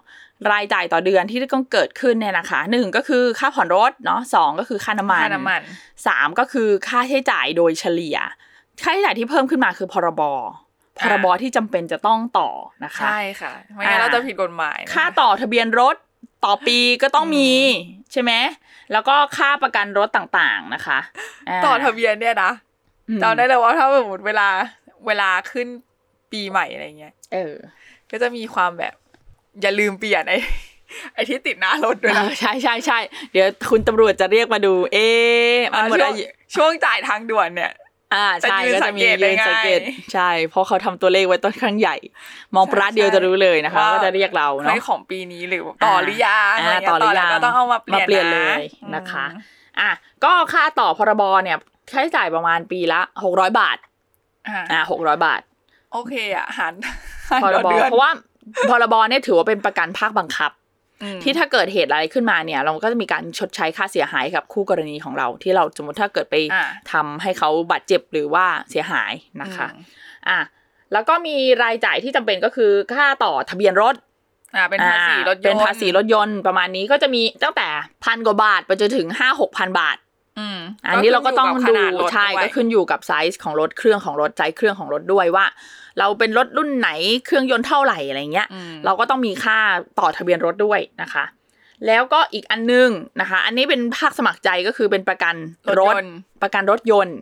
รายจ่ายต่อเดือนที่ต้องเกิดขึ้นเนี่ยนะคะหนึ่งก็คือค่าผ่อนรถเนาะสองก็คือค่าน้ำมัน ค่าน้ำมัน สามก็คือค่าใช้จ่ายโดยเฉลี่ย ค่าใช้จ่ายที่เพิ่มขึ้นมาคือพรบพ อ่า รบที่จำเป็นจะต้องต่อนะคะ ใช่ค่ะ ไม่งั้น อ่า เราจะผิดกฎหมายนะะ ค่าต่อทะเบียนรถต่อปีก็ต้องมีใช่ไหมแล้วก็ค่าประกันรถต่างๆนะคะา ต่อทะเบียนเนี่ยนะ อืม จำได้เลยว่าถ้าสมมติเวลาเวลาขึ้นปีใหม่อะไรเงี้ย เออ ก็จะมีความแบบ อย่าลืมเปลี่ยนไอ้ไอ้ที่ติดหน้ารถด้วย เอ นะ อใช่ใช่ใช่เดี๋ยวคุณตำรวจจะเรียกมาดู เอ๊ะมันหมด ช่ว อาง ยุ ช่วงจ่ายทางด่วนเนี่ย อ่าใช่ จะยืน ก็จะมี สังเกตได้ ยืนสังเกต ง่าย ใช่ เพราะเขาทำตัวเลขไว้ต้นข้างใหญ่ มอง ใช่ ปราดเดียว ใช่ จะรู้เลยนะคะ ว่า ก็จะเรียกเรา ใน เนาะ ของปีนี้หรือต่อหรือยังอะไร อ่า เงี้ย ต่อหรือยัง แล้วก็ต้องเอามาเปลี่ยน มาเปลี่ยน นะ เลยนะคะ อ่ะก็ค่าต่อพรบเนี่ยค่าใช้จ่ายประมาณปีละหกร้อยบาท อืมอ่า อ่ะหกร้อยบาท โอเคอ่ะหัน หัน พร ต่อบ เดือน เพราะว่าพรบเนี่ยถือว่าเป็นประกันภาคบังคับ อืม ที่ถ้าเกิดเหตุอะไรขึ้นมาเนี่ย เราก็จะมีการชดใช้ค่าเสียหายกับคู่กรณีของเรา ที่เราสมมติถ้าเกิดไป อ่า ทำให้เขาบาดเจ็บหรือว่าเสียหาย นะ นะคะ อ่ะ แล้วก็มีรายจ่ายที่จำเป็นก็คือค่าต่อทะเบียนรถ อ่าเป็นภาษี อ่ รถยนต์ เป็นภาษีรถยนต์ประมาณนี้ก็จะมีตั้งแต่พันกว่าบาทไปจนถึงห้าหกพันบาท อืม อันนี้เราก็ต้อง ขึ้น ดู ยู่บขนารถ ใช่ ด้วย ก็ขึ้นอยู่กับไซส์ของรถเครื่องของรถไซส์เครื่องของรถด้วยว่า เราเป็นรถรุ่นไหนเครื่องยนต์เท่าไหร่อะไรเงี้ย อืม เราก็ต้องมีค่าต่อทะเบียนรถด้วยนะคะ แล้วก็อีกอันนึงนะคะ อันนี้เป็นภาคสมัครใจก็คือเป็นประกันร ร ถ ถยนต์ ประกันรถยนต์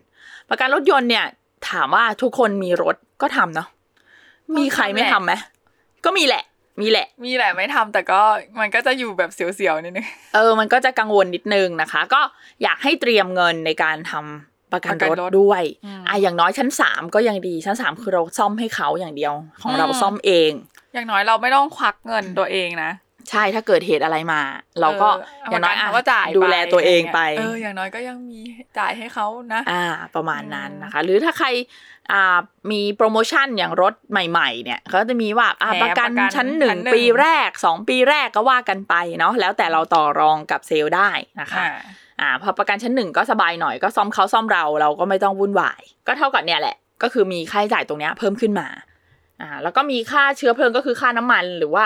ประกันรถยนต์เนี่ย ถามว่าทุกคนมีรถก็ทำเนาะ มีใครไม่ทำไหม ก็มีแหละ มีแหละ มีแหละไม่ทำแต่ก็มันก็จะอยู่แบบเสียวๆนิดนึง เออ มันก็จะกังวลนิดนึงนะคะ ก็อยากให้เตรียมเงินในการทำประกัน ประ ร กั ถ นรถ ด้วย อืม อ่ะอย่างน้อยชั้นสามก็ยังดี ชั้นสามคือเราซ่อมให้เขาอย่างเดียว ของเรา อืม ซ่อมเอง อย่างน้อยเราไม่ต้องควักเงินตัวเองนะ ใช่ ถ้าเกิดเหตุอะไรมา เราก็ เออ อย่างน้อย เป อ่ะ ระกันเขาก็จ่าย ดูแลตัวเองไป เอออย่างน้อยก็ยังมีจ่ายให้เขานะ อ่าประมาณนั้น อืม นะคะ หรือถ้าใครอ่ามีโปรโมชั่นอย่างรถใหม่ ๆ เนี่ยเขาจะมีว่าอ่า แถม ประกัน ประกัน ชั้นหนึ่ ชั้ ง นหนึ่ง ปีแรกสองปีแรกก็ว่ากันไปเนาะแล้วแต่เราต่อรองกับเซลล์ได้นะคะ อ่า อ่าพอประกันชั้นหนึ่งก็สบายหน่อยก็ซ่อมเขาซ่อมเราเราก็ไม่ต้องวุ่นวาย ก็เท่ากับเนี่ยแหละ ก็คือมีค่าใช้จ่ายตรงเนี้ยเพิ่มขึ้นมาอ่าแล้วก็มีค่าเชื้อเพลิงก็คือค่าน้ำมันหรือว่า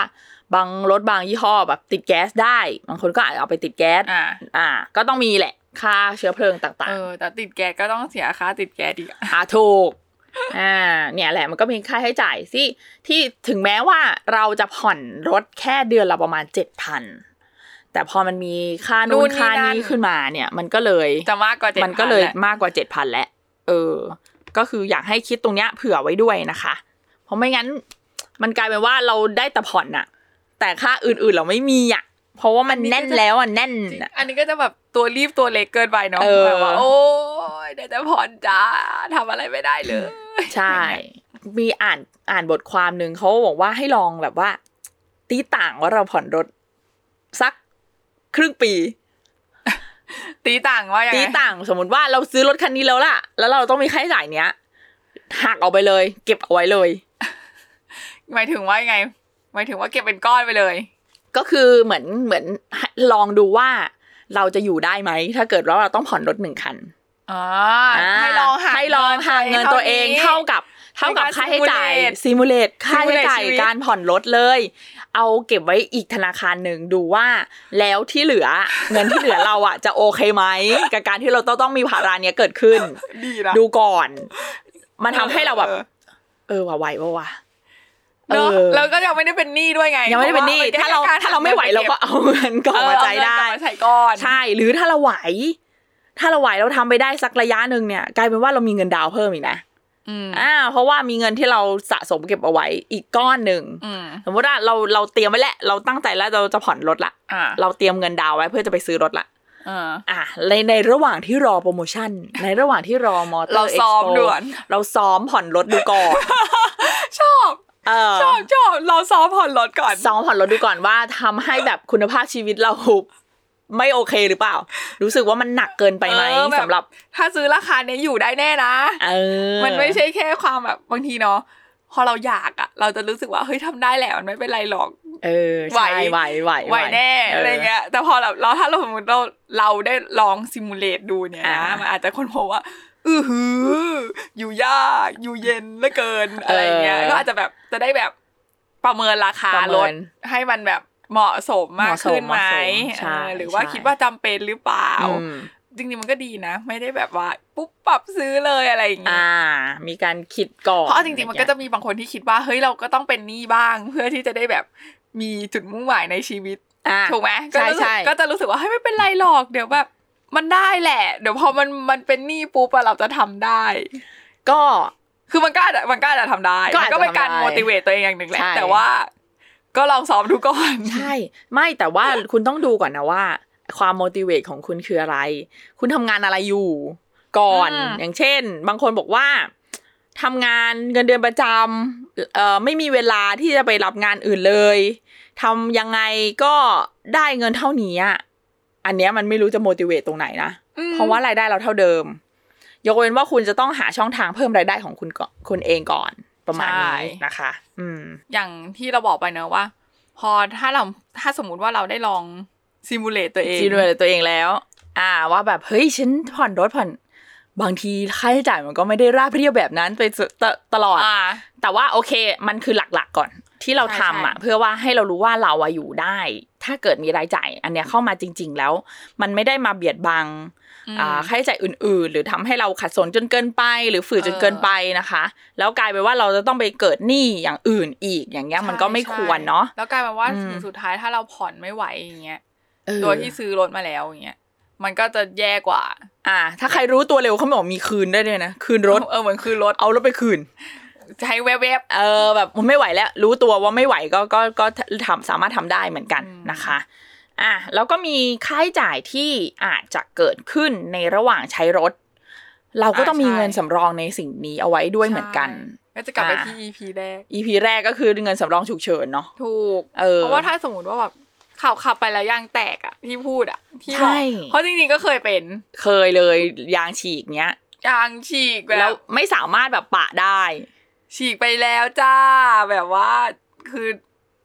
บางรถบางยี่ห้อแบบติดแก๊สได้ บางคนก็อาจเอาไปติดแก๊ส อ่า อ่า ก็ต้องมีแหละค่าเชื้อเพลิงต่าง เอ ๆ อ แต่ติดแก๊สก็ต้องเสียค่าติดแก๊สอีกอะ อ่าถูก อ่า เนี่ยแหละมันก็มีค่าใช้จ่ายที่ที่ถึงแม้ว่าเราจะผ่อนรถแค่เดือนละประมาณเจ็ดพันแต่พอมันมีค่านู่นค่านี้ขึ้นมาเนี่ย มันก็เลย จะมากกว่าเจ็ด มันก็เลยมากกว่าเจ็ดพันแล้วเออ ก็คืออยากให้คิดตรงเนี้ยเผื่อไว้ด้วยนะคะ เพราะไม่งั้น มันกลายเป็นว่าเราได้แต่ผ่อนน่ะ แต่ค่าอื่นๆเราไม่มีอ่ะ เพราะว่ามันแน่นแล้วอ่ะแน่นอะ อันนี้ก็จะแบบตัวรีบตัวเล็กเกินไปเนาะ เออ แบบว่าโอ้ยเดี๋ยวจะผ่อนจ้าทำอะไรไม่ได้ เลย ใช่ มีอ่านอ่านบทความหนึ่งเขาบอกว่าให้ลองแบบว่า ตีต่างว่าเราผ่อนรถ สักครึ่งปี ตีต่างว่าอย่าง ตี ไง ต่างสมมติว่าเราซื้อรถคันนี้แล้วล่ะ แล้วเราต้องมีค่าใช้จ่ายเนี้ยหักออกไปเลย เก็บเอาไว้เลย หมายถึงว่ายังไงหมายถึงว่าเก็บเป็นก้อนไปเลย ก็คือเหมือนเหมือนลองดูว่าเราจะอยู่ได้ไหม ถ้าเกิดว่าเราต้องผ่อนรถหนึ่งคัน อ๋อ อ่า ให้ลองหา ให้ลองหาเงินตัวเอง นี้ เท่ากับเท่ากับค่าใช้จ่ายซิมูเลตค่าใช้ simulate จ่าย ชีวิต การผ่อนรถเลย เอาเก็บไว้อีกธนาคารหนึ่งดูว่าแล้วที่เหลือ เงินที่เหลือเราอ่ะจะโอเคไหมกับการที่เราต้องต้องมีภาระเนี้ยเกิดขึ้น ดีนะ ดูก่อน มันทำให้เราแบบ ออ เออว่าไหวปะวะ เนอะ เออ แล้วก็ยังไม่ได้เป็นหนี้ด้วยไง ยังไม่ได้เป็นหนี้ พะ ถ้าเรา ว่นก็ ถ้าเราไม่ไหวเราก็เอาเงินก่อน เออ มาใจได้ เอาเงินกลับมาใช้ก่อน ใช่ หรือถ้าเราไหว ถ้าเราไหวเราทำไปได้สักระยะหนึ่งเนี่ย กลายเป็นว่าเรามีเงินดาวน์เพิ่มอีกนะ อืม อ่าเพราะว่ามีเงินที่เราสะสมเก็บเอาไว้อีกก้อนหนึ่ง อืม สมมติว่าเราเราเตรียมไว้แหละ เราตั้งใจแล้วเราจะผ่อนรถละ อ่า เราเตรียมเงินดาวน์ไว้เพื่อจะไปซื้อรถละ เออ อ่ะในในระหว่างที่รอโปรโมชั่น ในระหว่างที่รอมอเตอร์ เราซ้อมด่วน เราซ้อมผ่อนรถดูก่อน ชอบ เออ ชอบชอบเราซ้อมผ่อนรถก่อน ซ้อมผ่อนรถดูก่อนว่าทำให้แบบคุณภาพชีวิตเราไม่โอเคหรือเปล่า รู้สึกว่ามันหนักเกินไปไหม เออแบบ สำหรับ ถ้าซื้อราคาเนี้ยอยู่ได้แน่นะ เออ มันไม่ใช่แค่ความแบบบางทีเนาะพอเราอยากอะเราจะรู้สึกว่าเฮ้ยทำได้แหละมันไม่เป็นไรหรอก เออ ไหว ใช่ไหวไหว ไหวแน่อะไรเงี้ย แต่พอเราเราถ้าเราสมมติเราเราได้ลองซิมูเลตดูเนี่ยนะมันอาจจะคนพบว่าอือหือ อยู่ยากอยู่เย็นเหลือเกินอะไรเงี้ยก็อาจจะแบบจะได้แบบประเมินราคา ปลระเมิ ด น ให้มันแบบเหมาะสมมากขึ้นไหม เหมาะสมเหมาะสมใช่ เออหรือว่า ใช่ คิดว่าจำเป็นหรือเปล่า อืม จริงๆมันก็ดีนะ ไม่ได้แบบว่าปุ๊บปรับซื้อเลยอะไรอย่างเงี้ย อ่า มีการคิดก่อน เพราะเอาจริงๆ มันก็จะมีบางคนที่คิดว่า เฮ้ยเราก็ต้องเป็นหนี้บ้าง เพื่อที่จะได้แบบมีจุดมุ่งหมายในชีวิต อ่ะ ถูกไหมก็ ใช่ รู้สึก ใช่ ก็จะรู้สึกว่าเฮ้ยไม่เป็นไรหรอกเดี๋ยวแบบมันได้แหละ เดี๋ยวพอมันมันเป็นหนี้ปุ๊บอะเราจะทำได้ ก็ คือมันก็อาจจะมันก็อาจจะทำได้ ก็ มั อานจจะ ก็เป็นการ ทำได้ motivate ตัวเองอย่างหนึ่งแหละ ใช่ แต่ว่า ก็ลองซ้อมดูก่อน ใช่ ไม่แต่ว่าคุณต้องดูก่อนนะว่า ความ motivate ของคุณคืออะไร คุณทำงานอะไรอยู่ ก่อน อืม อย่างเช่น บางคนบอกว่าทำงานเงินเดือนประจำเอ่อไม่มีเวลาที่จะไปรับงานอื่นเลยทำยังไงก็ได้เงินเท่านี้อะอันเนี้ยมันไม่รู้จะ motivate ตรงไหนนะ อืม เพราะว่ารายได้เราเท่าเดิม ยกเว้นว่าคุณจะต้องหาช่องทางเพิ่มรายได้ของคุณก่อนคุณเองก่อนประมาณนี้นะคะ อืม อย่างที่เราบอกไปเนอะว่า พอถ้าเราถ้าสมมุติว่าเราได้ลอง simulate ตัวเอง จีนวยตัวเองแล้ว อ่าว่าแบบเฮ้ยฉันผ่อนรถผ่อนบางทีค่าใช้จ่ายมันก็ไม่ได้ราบเรียบแบบนั้นไปตตตลอด อ่า แต่ว่าโอเคมันคือหลักๆก่อน ที่เราทำอ่ะ เพื่อว่าให้เรารู้ว่าเราอะอยู่ได้ ถ้าเกิดมีรายจ่าย อันเนี้ยเข้ามาจริง ๆ แล้ว มันไม่ได้มาเบียดบังอ่าค่าใช้จ่ายอื่น ๆ หรือทำให้เราขัดสนจนเกินไป หรือฝืนจนเกินไปนะคะ แล้วกลายไปนว่าเราจะต้องไปเกิดหนี้อย่างอื่นอีกอย่างเงี้ยมันก็ไม่ ใช่ ควรเนาะ ใช่แล้วกลายเป็นว่า อืม ถึงสุดท้ายถ้าเราผ่อนไม่ไหวอย่างเงี้ย เออ โดยที่ซื้อรถมาแล้วอย่างเงี้ยมันก็จะแย่กว่า อ่า ถ้าใครรู้ตัวเร็วเขาบอกมีคืนได้ด้วยนะ คืนรถ เออเหมือนคือรถ เอารถไปคืน ใช้เว็บๆ เออแบบมันไม่ไหวแล้ว รู้ตัวว่าไม่ไหวก็ก็ก็ทำสามารถทำได้เหมือนกัน อืม นะคะ อ่ะแล้วก็มีค่าใช้จ่ายที่อาจจะเกิดขึ้นในระหว่างใช้รถ เราก็ต้องมีเงินสำรองในสิ่งนี้เอาไว้ด้วยเหมือนกัน ใช่ก็จะกลับไป อ่า ที่ EP แรก EP แรกก็คือเงินสำรองฉุกเฉินเนาะ ถูก เออ เพราะว่าถ้าสมมติว่าแบบขับขับไปแล้วยางแตกอะที่พูดอะที่บ ใช่ อกเพราะจริงๆก็เคยเป็น เคยเลยยางฉีกเนี้ย ยางฉีกแบ แล้ว บ ไม่สามารถแบบปะได้ ฉีกไปแล้วจ้า แบบว่าคือ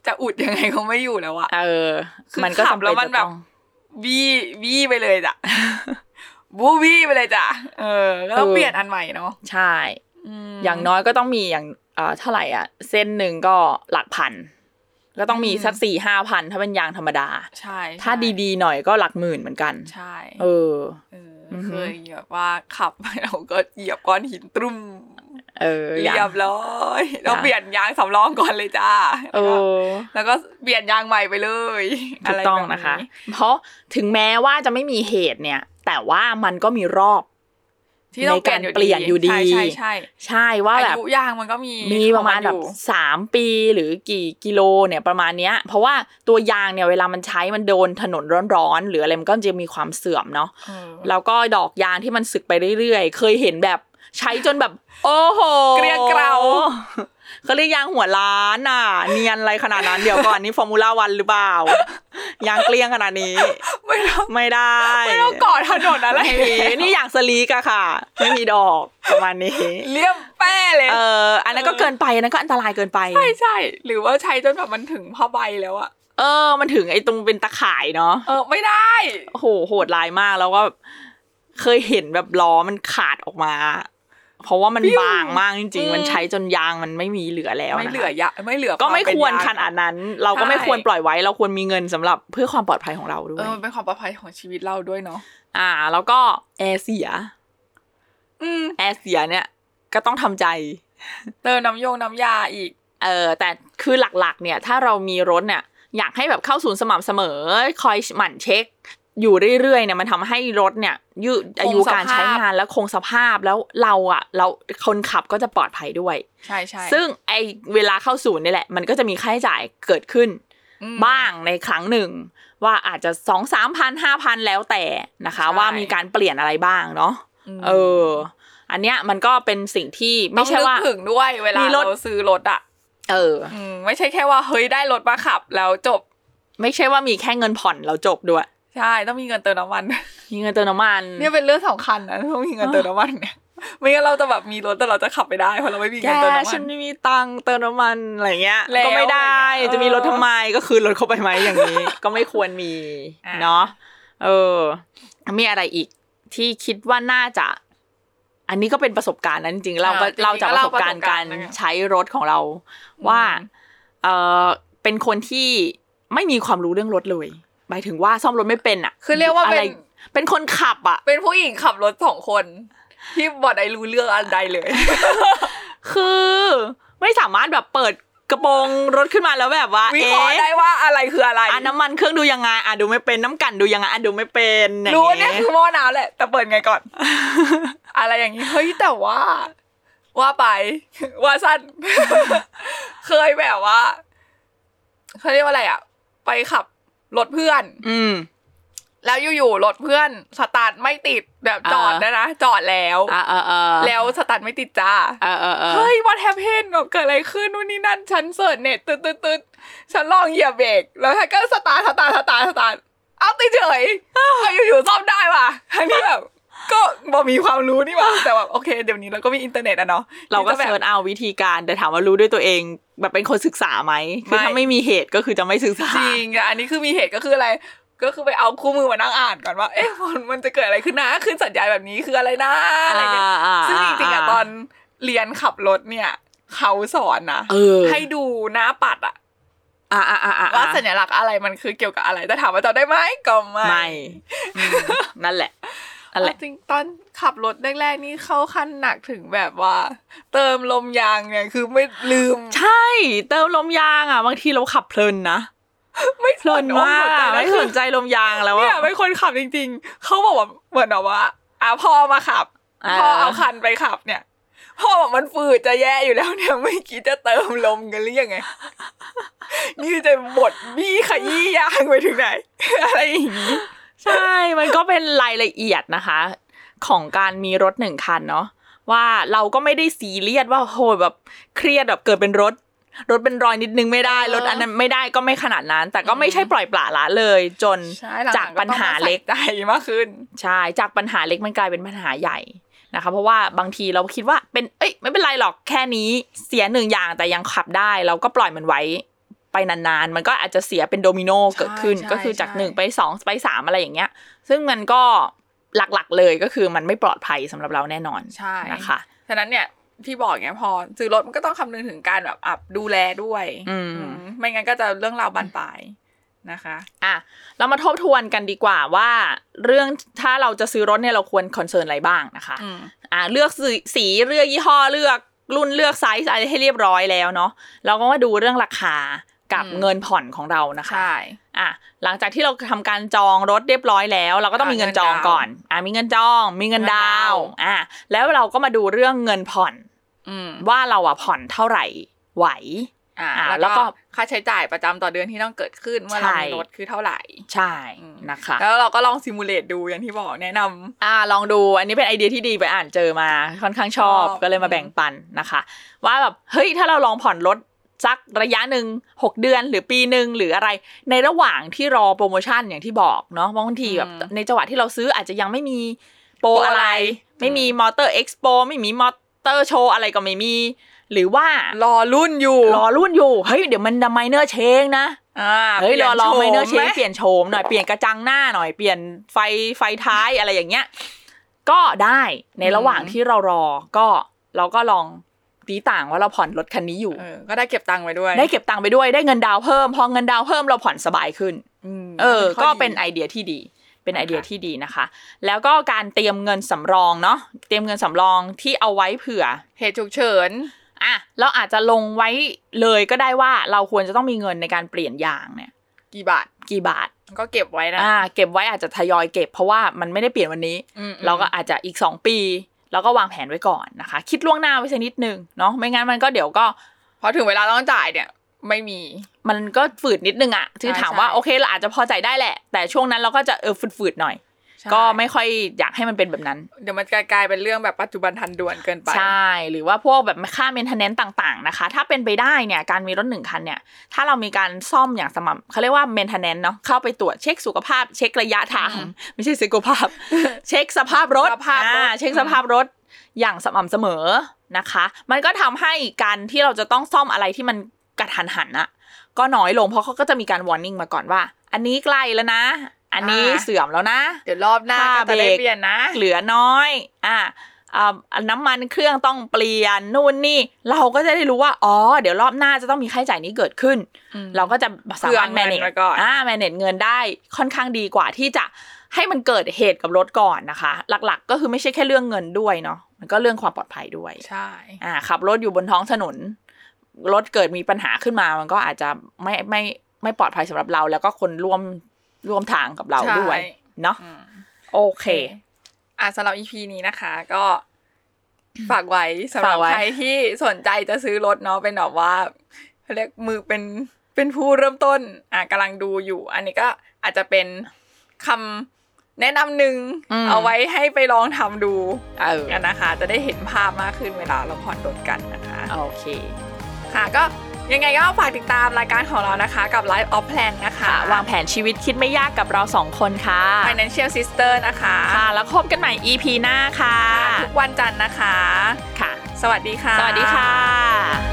จะอุดยังไงก็ไม่อยู่แล้วอะ เออ คือ มันก็ ขับ จำเป็ แล้ น วมัน จะ แบบ ต้อง บี้บี้ไปเลยจ้ะ บูบี้ไปเลยจ้ะเออก็ต้อง เออ เปลี่ยนอันใหม่เนาะ ใช่ ม อย่างน้อยก็ต้องมีอย่างเอ่อเท่าไหร่อ่ะ เส้นหนึ่งก็หลักพัน ก็ต้องมี อืม สักสี่ห้าพันถ้าเป็นยางธรรมดา ใช่ ถ้าดีๆหน่อยก็หลักหมื่นเหมือนกัน ใช่ เออ เอออ อฮึ เคยแบบว่าขับไปเราก็เหยียบก้อนหินตรุ่ม เออ เรีย ยาง บร้อยเราเปลี่ยนยางสำรองก่อนเลยจ้า เออ แล้วก็เปลี่ยนยางใหม่ไปเลย ถูกต้อง ไรแบบ นะคะ เพราะถึงแม้ว่าจะไม่มีเหตุเนี่ย แต่ว่ามันก็มีรอบ ที่ต้องเปลี่ยน ในการเปลี่ยนอยู่ดี ใช่ใช่ใช่ ใช่ว่าแบ อา บ ยุยางมันก็มี มีประมาณ ของนอแบบ ยู่ สามปีหรือกี่กิโลเนี่ยประมาณเนี้ย เพราะว่าตัวยางเนี่ยเวลามันใช้มันโดนถนนร้อนๆหรืออะไรมันก็จะมีความเสื่อมเนาะ เออ แล้วก็ดอกยางที่มันสึกไปเรื่อยๆ เคยเห็นแบบใช้จนแบบ โอ้โห เกลี้ยเกลา เขาเรียกยางหัวล้านอ่ะ เนียนอะไรขนาดนั้น เดี๋ยวก่อนนี่ฟอร์มูล่าวันหรือเปล่า ยางเกลี้ยงขนาดนี้ ไม่ต้อง ไม่ได้ ไม่ต้องก่อถนนอะไร ไม่มีนี่อย่างสลีกอะค่ะ ไม่มีดอกประมาณนี้ เลี่ยมแป้เลย เออ อันนั้นก็เกินไปอันนั้นก็อันตรายเกินไป ใช่ใช่หรือว่าใช้จนแบบมันถึงผ้าใบแล้วอะ เออ มันถึงไอ้ตรงเป็นตะข่ายเนาะ เออไม่ได้ โอ้โหโหดร้ายมากแล้วก็แบบเคยเห็นแบบล้อมันขาดออกมา เพราะว่ามันบางมากจริง ๆ มันใช้จนยางมันไม่มีเหลือแล้ว ไม่ นะ เหลือยะไม่เหลือ ก็ไม่ วาเป็น ควร ยาง ขนาดนั้น เราก็ ใช่ ไม่ควรปล่อยไว้ เราควรมีเงินสำหรับเพื่อความปลอดภัยของเราด้ว เอย อมันเป็นความปลอดภัยของชีวิตเราด้วยเนาะ อ่า แล้วก็แอร์เสีย อืม แอร์เสียเนี่ยก็ต้องทำใจ เติมน้ำยงน้ำยาอีก เออแต่คือหลักๆ เนี่ย ถ้าเรามีรถเนี่ย อยากให้แบบเข้าศูนย์สม่ำเสมอ คอยหมั่นเช็ค อยู่เรื่อยๆเนี่ยมันทำให้รถเนี่ยยืดอายุการใช้งานและคงสภาพแล้วเราอะเราคนขับก็จะปลอดภัยด้วย ใช่ใช่ ซึ่งไอเวลาเข้าศูนย์นี่แหละ มันก็จะมีค่าใช้จ่ายเกิดขึ้น อืม บ้างในครั้งหนึ่ง ว่าอาจจะสองสามพันห้าพันแล้วแต่นะคะ ใช่ ว่ามีการเปลี่ยนอะไรบ้างเนาะเออ อันเนี้ยมันก็เป็นสิ่งที่ ต้ ไม่ อง ใช่ นึก ว่า ถึงด้วยเวลา มีรถ เราซื้อรถอ่ะ เออ อืมไม่ใช่แค่ว่าเฮ้ยได้รถมาขับ แล้วจบ ไม่ใช่ว่ามีแค่เงินผ่อนเราจบด้วย ใช่ต้องมีเงินเติมน้ำมัน มีเงินเติมน้ำมัน เนี่ยเป็นเรื่องสำคัญนะต้องมีเงินเติมน้ำมันเนี่ย ไม่งั้นเราจะแบบมีรถแต่เราจะขับไม่ได้เพราะเราไม่มี แก เงินเติมน้ำมั ฉั น นไม่มีตังค์เติมน้ำมันอะไรเงี้ย แล้ว ก็ไม่ได้ อะไรเงี้ย จะมีรถทำไมก็คืนรถเข้าไปไหมอย่างนี้ ก็ไม่ควรมี อ่ะ เนาะเออ มีอะไรอีกที่คิดว่าน่าจะ อันนี้ก็เป็นประสบการณ์นะจริงๆเราก็ อ่ะจริงๆ เราจาก ก็ ป เล่า ระสบการณ์กาประสบการรณ์นะคะ ใช้รถของเรา ว่า อืม เออเป็นคนที่ไม่มีความรู้เรื่องรถเลยหมายถึงว่าซ่อมรถไม่เป็นอ่ะ คือเรียกว่าเป็ ะ น ไเป็นคนขับอ่ะ เป็นผู้หญิงขับรถสองคน ที่บอดไดรู้เรื่องอันใด เลย คือไม่สามารถแบบเปิดกระโปรงรถขึ้นมาแล้วแบบว่า วิเคราะห์ เอ๊ะ ได้ว่าอะไรคืออะไร อ่ะน้ำมันเครื่องดูยังไงอ่ะดูไม่เป็นน้ำกันดูยังไงอ่ะดูไม่เป็นอย่าง รู้ งี้ เนี่ยคือหม้อน้ำแหละ แต่เปิดไง ก่อน อะไรอย่างนี้เฮ้ยแต่ว่า ว่าไป ว่าสั้น เคยแบบว่าเขาเรียกว่าอะไรอ่ะ ไปขับรถเพื่อน อืม แล้วอยู่ๆรถเพื่อนสตาร์ทไม่ติดแบบจอด อ่า นะนะจอดแล้ว อ่ะเออเออ แล้วสตาร์ทไม่ติดจ้า เออเออเออ เฮ้ย what happened แบบเกิดอะไรขึ้นนู่นนี่นั่น ฉันเสิร์ชเน็ตตึ๊ดตึ๊ดตึ๊ดฉันลองเหยียบเบรก แล้วฉันก็สตาร์ทสตาร์ทสตาร์ทสตาร์ทเอาติดเฉ ยเอาอยู่ๆซ่อมได้ว่ะทั้งที่แบบ ก็บ่มีความรู้นี่หว่าแต่แบบโอเค เดี๋ยวนี้เราก็มีอินเทอร์เน็ตอะเนาะ เราก็ ที่จะแบบ เสิร์ชเอาวิธีการแต่ถามว่ารู้ด้วยตัวเอง แบบเป็นคนศึกษาไหมคือ ไม่ ถ้าไม่มีเหตุก็คือจะไม่ศึกษา จริงอะอันนี้คือมีเหตุก็คืออะไร ก็คือไปเอาคู่มือมานั่งอ่านก่อนว่า เอ๊ะมันมันจะเกิดอะไรขึ้นนะขึ้นสัญญาณแบบนี้คืออะไรนะอะไรเงี้ย อ่า ซึ่งจริงๆอะ า ตอนเรียนขับรถเนี่ย เขาสอนนะ เออ ให้ดูหน้าปัดอะ อ่าอ่าอ่าอ่า ว่าสัญลักษณ์อะไรมันคือเกี่ยวกับอะไร แต่ถามว่าจำได้ไหมก็ไม่ ไม่อืมนั่นแหละนั่นแหละ เอาจริงตอนขับรถแรกๆนี่เข้าขั้นหนักถึงแบบว่า เติมลมยางเนี่ยคือไม่ลืม ใช่ เติมลมยางอ่ะบางทีเราขับเพลินนะ ไม่ เพลินมากอ่ะไม่ ส ส น นใจลมยางแล้ว เนี่ย อ่ะ เป็นคนขับจริง ๆเขาบอกว่าเหมือนแบบว่าอ่ะพ่อมาขับ อ่า พ่อเอาคันไปขับเนี่ยพ่อบอกมันฝืดจะแย่อยู่แล้วเนี่ย ไม่คิดจะเติมลมกันหรือยังไง นี่จะบดบี้ขยี้ยางไปถึงไหน อะไรอย่างนี้ ใช่ มันก็เป็นรายละเอียดนะคะ ของการมีรถหนึ่งคันเนาะว่าเราก็ไม่ได้ซีเรียสว่าโหแบบเครียดแบบเกิดเป็นรถ รถเป็นรอยนิดนึงไม่ได้ เออ รถอันนั้นไม่ได้ก็ไม่ขนาดนั้น แต่ก็ไม่ใช่ปล่อยปละละเลย จนจากปัญหาเล็ก ใจมากขึ้น ใช่ จากปัญหาเล็กมันกลายเป็นปัญหาใหญ่นะคะ เพราะว่าบางทีเราคิดว่าเป็น เอ้ย ไม่เป็นไรหรอกแค่นี้ เสียหนึ่งอย่างแต่ยังขับได้ เราก็ปล่อยมันไว้ไปนานๆ มันก็อาจจะเสียเป็นโดมิโนเกิดขึ้น ใช่ ก็คือจาก ใช่ หนึ่งไปสองไปสามอะไรอย่างเงี้ย ซึ่งมันก็หลักๆเลยก็คือมันไม่ปลอดภัยสำหรับเราแน่นอน ใช่ นะคะ ฉะนั้นเนี่ยที่บอกเนี่ยพอซื้อรถมันก็ต้องคำนึงถึงการแบบอับดูแลด้วย อืม อืมไม่งั้นก็จะเรื่องราวบานปลายนะคะ อ่ะเรามาทบทวนกันดีกว่าว่า เรื่องถ้าเราจะซื้อรถเนี่ยเราควรคอนเซิร์นอะไรบ้างนะคะ อ่าเลือกสีสีเลือกยี่ห้อเลือกรุ่นเลือกไซส์อะไรให้เรียบร้อยแล้วเนาะเราก็มาดูเรื่องราคากับ อืม เงินผ่อนของเรานะคะ ใช่ อ่ะหลังจากที่เราทำการจองรถเรียบร้อยแล้ว เราก็ต้องมี อ่ะ เงินจอง เงินดาวน์ ก่อนอ่ะมีเงินจองมีเงิน เงิน ดา ดาว วน์ อ่ะแล้วเราก็มาดูเรื่องเงินผ่อน อืม ว่าเราอ่ะผ่อนเท่าไหร่ไหว อ่า อ่าแล้ แล้ว ว ก็ ก็ค่าใช้จ่ายประจำต่อเดือนที่ต้องเกิดขึ้นเมื่อเรา ใช่ มีรถคือเท่าไหร่ ใช่ อืม นะคะ แล้วเราก็ลองซิมูเลตดูอย่างที่บอกแนะนำ อ่าลองดูอันนี้เป็นไอเดียที่ดีไปอ่านเจอมาค่อนข้างชอบ ชอบ ก็เลยมา อืม แบ่งปันนะคะ ว่าแบบเฮ้ยถ้าเราลองผ่อนรถสักระยะหนึ่ง6 เดือนหรือปีหนึ่งหรืออะไร ในระหว่างที่รอโปรโมชั่นอย่างที่บอกเนาะบางทีแบบในจังหวะที่เราซื้ออาจจะยังไม่มีโปรอะไร ไม่มีมอเตอร์เอ็กซ์โปไม่มีมอเตอร์โชว์อะไรก็ไม่มี หรือว่าร อรุ่นอยู่ รอรุ่นอยู่เฮ้ยเดี๋ยวมันดมายเนอร์เชงนะ อ่า เฮ้ยรอรอไมเนอร์เช ปลี่ ฟ ย เปลี่ยนโฉมหน่อยเปลี่ยนกระจังหน้าหน่อยเปลี่ยนไฟไฟท้ายอะไรอย่างเงี้ย ก็ได้ในระหว่างที่เรารอก็เราก็ลองตีต่างว่าเราผ่อนรถคันนี้อยู่ เออก็ได้เก็บตังค์ไว้ด้วย ได้เก็บตังค์ไปด้วยได้เงินดาวน์เพิ่มพอเงินดาวน์เพิ่มเราผ่อนสบายขึ้น ม เออ ข้ ก็ ดี เป็นไอเดียที่ดี เป็นไอเดีย นะคะ ที่ดีนะคะ แล้วก็การเตรียมเงินสำรองเนาะเตรียมเงินสำรองที่เอาไว้เผื่อ เหตุฉุกเฉิน อ่ะเราอาจจะลงไว้เลยก็ได้ว่าเราควรจะต้องมีเงินในการเปลี่ยนยางเนี่ย กี่บาท กี่บาท ก็เก็บไว้นะ อ่าเก็บไว้อาจจะทยอยเก็บเพราะว่ามันไม่ได้เปลี่ยนวันนี้ อืม เราก็อาจจะอีก 2 ปี แล้วก็วางแผนไว้ก่อนนะคะ คิดล่วงหน้าไว้สักนิดนึงเนาะไม่งั้นมันก็เดี๋ยวก็ พอถึงเวลาต้องจ่ายเนี่ย ไม่มี มันก็ฝืดนิดนึงอะคือ ใช่ ถามว่า ใช่ โอเคเราอาจจะพอใจได้แหละ แต่ช่วงนั้นเราก็จะเออฝืดๆหน่อย ก็ไม่ค่อยอยากให้มันเป็นแบบนั้น เดี๋ยวมันจะกลายเป็นเรื่องแบบปัจจุบันทันด่วนเกินไป ใช่ หรือว่าพวกแบบค่าเมนเทนแนนต่าง ๆ นะคะ ถ้าเป็นไปได้เนี่ย การมีรถหนึ่งคันเนี่ย ถ้าเรามีการซ่อมอย่างสม่ำเขาเรียกว่าเมนเทนแนนเนาะ เข้าไปตรวจเช็คสุขภาพ เช็คระยะทาง อืม ไม่ใช่สุข ภาพ เช็คสภาพรถ สภาพรถ อ่เช็คสภาพรถอย่างสม่ำเสมอนะคะ มันก็ทำให้การที่เราจะต้องซ่อมอะไรที่มันกระทันหันอะก็น้อยลง เพราะเขาก็จะมีการวอร์นิ่งมาก่อนว่า อันนี้ใกล้แล้วนะ อันนี้เสื่อมแล้วนะ เดี๋ยวรอบหน้าก็จะได้เปลี่ยนนะ เหลือน้อย อ่าอ่าน้ำมันเครื่องต้องเปลี่ยนนู่นนี่ เราก็จะได้รู้ว่า อ๋อ เดี๋ยวรอบหน้าจะต้องมีค่าใช้จ่ายนี้เกิดขึ้น เราก็จะสามารถ เผื่อเงิน manage ไว้ก่อน อ่า manage เงินได้ค่อนข้างดีกว่าที่จะให้มันเกิดเหตุกับรถก่อนนะคะ หลักๆ ก็คือไม่ใช่แค่เรื่องเงินด้วยเนาะ มันก็เรื่องความปลอดภัยด้วย ใช่ อ่า ขับรถอยู่บนท้องถนน รถเกิดมีปัญหาขึ้นมา มันก็อาจจะไม่ไม่ไม่ปลอดภัยสำหรับเรา แล้วก็คนร่วมร่วมทางกับเราด้วย ใช่ เนาะ อืม โอเค อ่ะสำหรับ EP นี้นะคะ ก็ฝากไว้สำหรั ฝา บ กไว้ ใครที่สนใจจะซื้อรถเนาะเป็นแบบว่าเขาเรียกมือเป็นเป็นผู้เริ่มต้น อ่ะกำลังดูอยู่ อันนี้ก็อาจจะเป็นคำแนะนำหนึ่งเอาไว้ให้ไปลองทำดู เออ กันนะคะ จะได้เห็นภาพมากขึ้นเวลาเราผ่อนรถกันนะคะ โอเค ค่ะ ก็ยังไงก็ฝากติดตามรายการของเรานะคะ กับ Life of Plan นะคะ ค่ะวางแผนชีวิตคิดไม่ยากกับเราสองคนค่ะ น Financial Sister นะคะ ค่ะ แล้วพบกันใหม่ EP หน้าค่ะ ทุกวันจันทร์นะคะ ค่ะ สวัสดีค่ะ สวัสดีค่ะ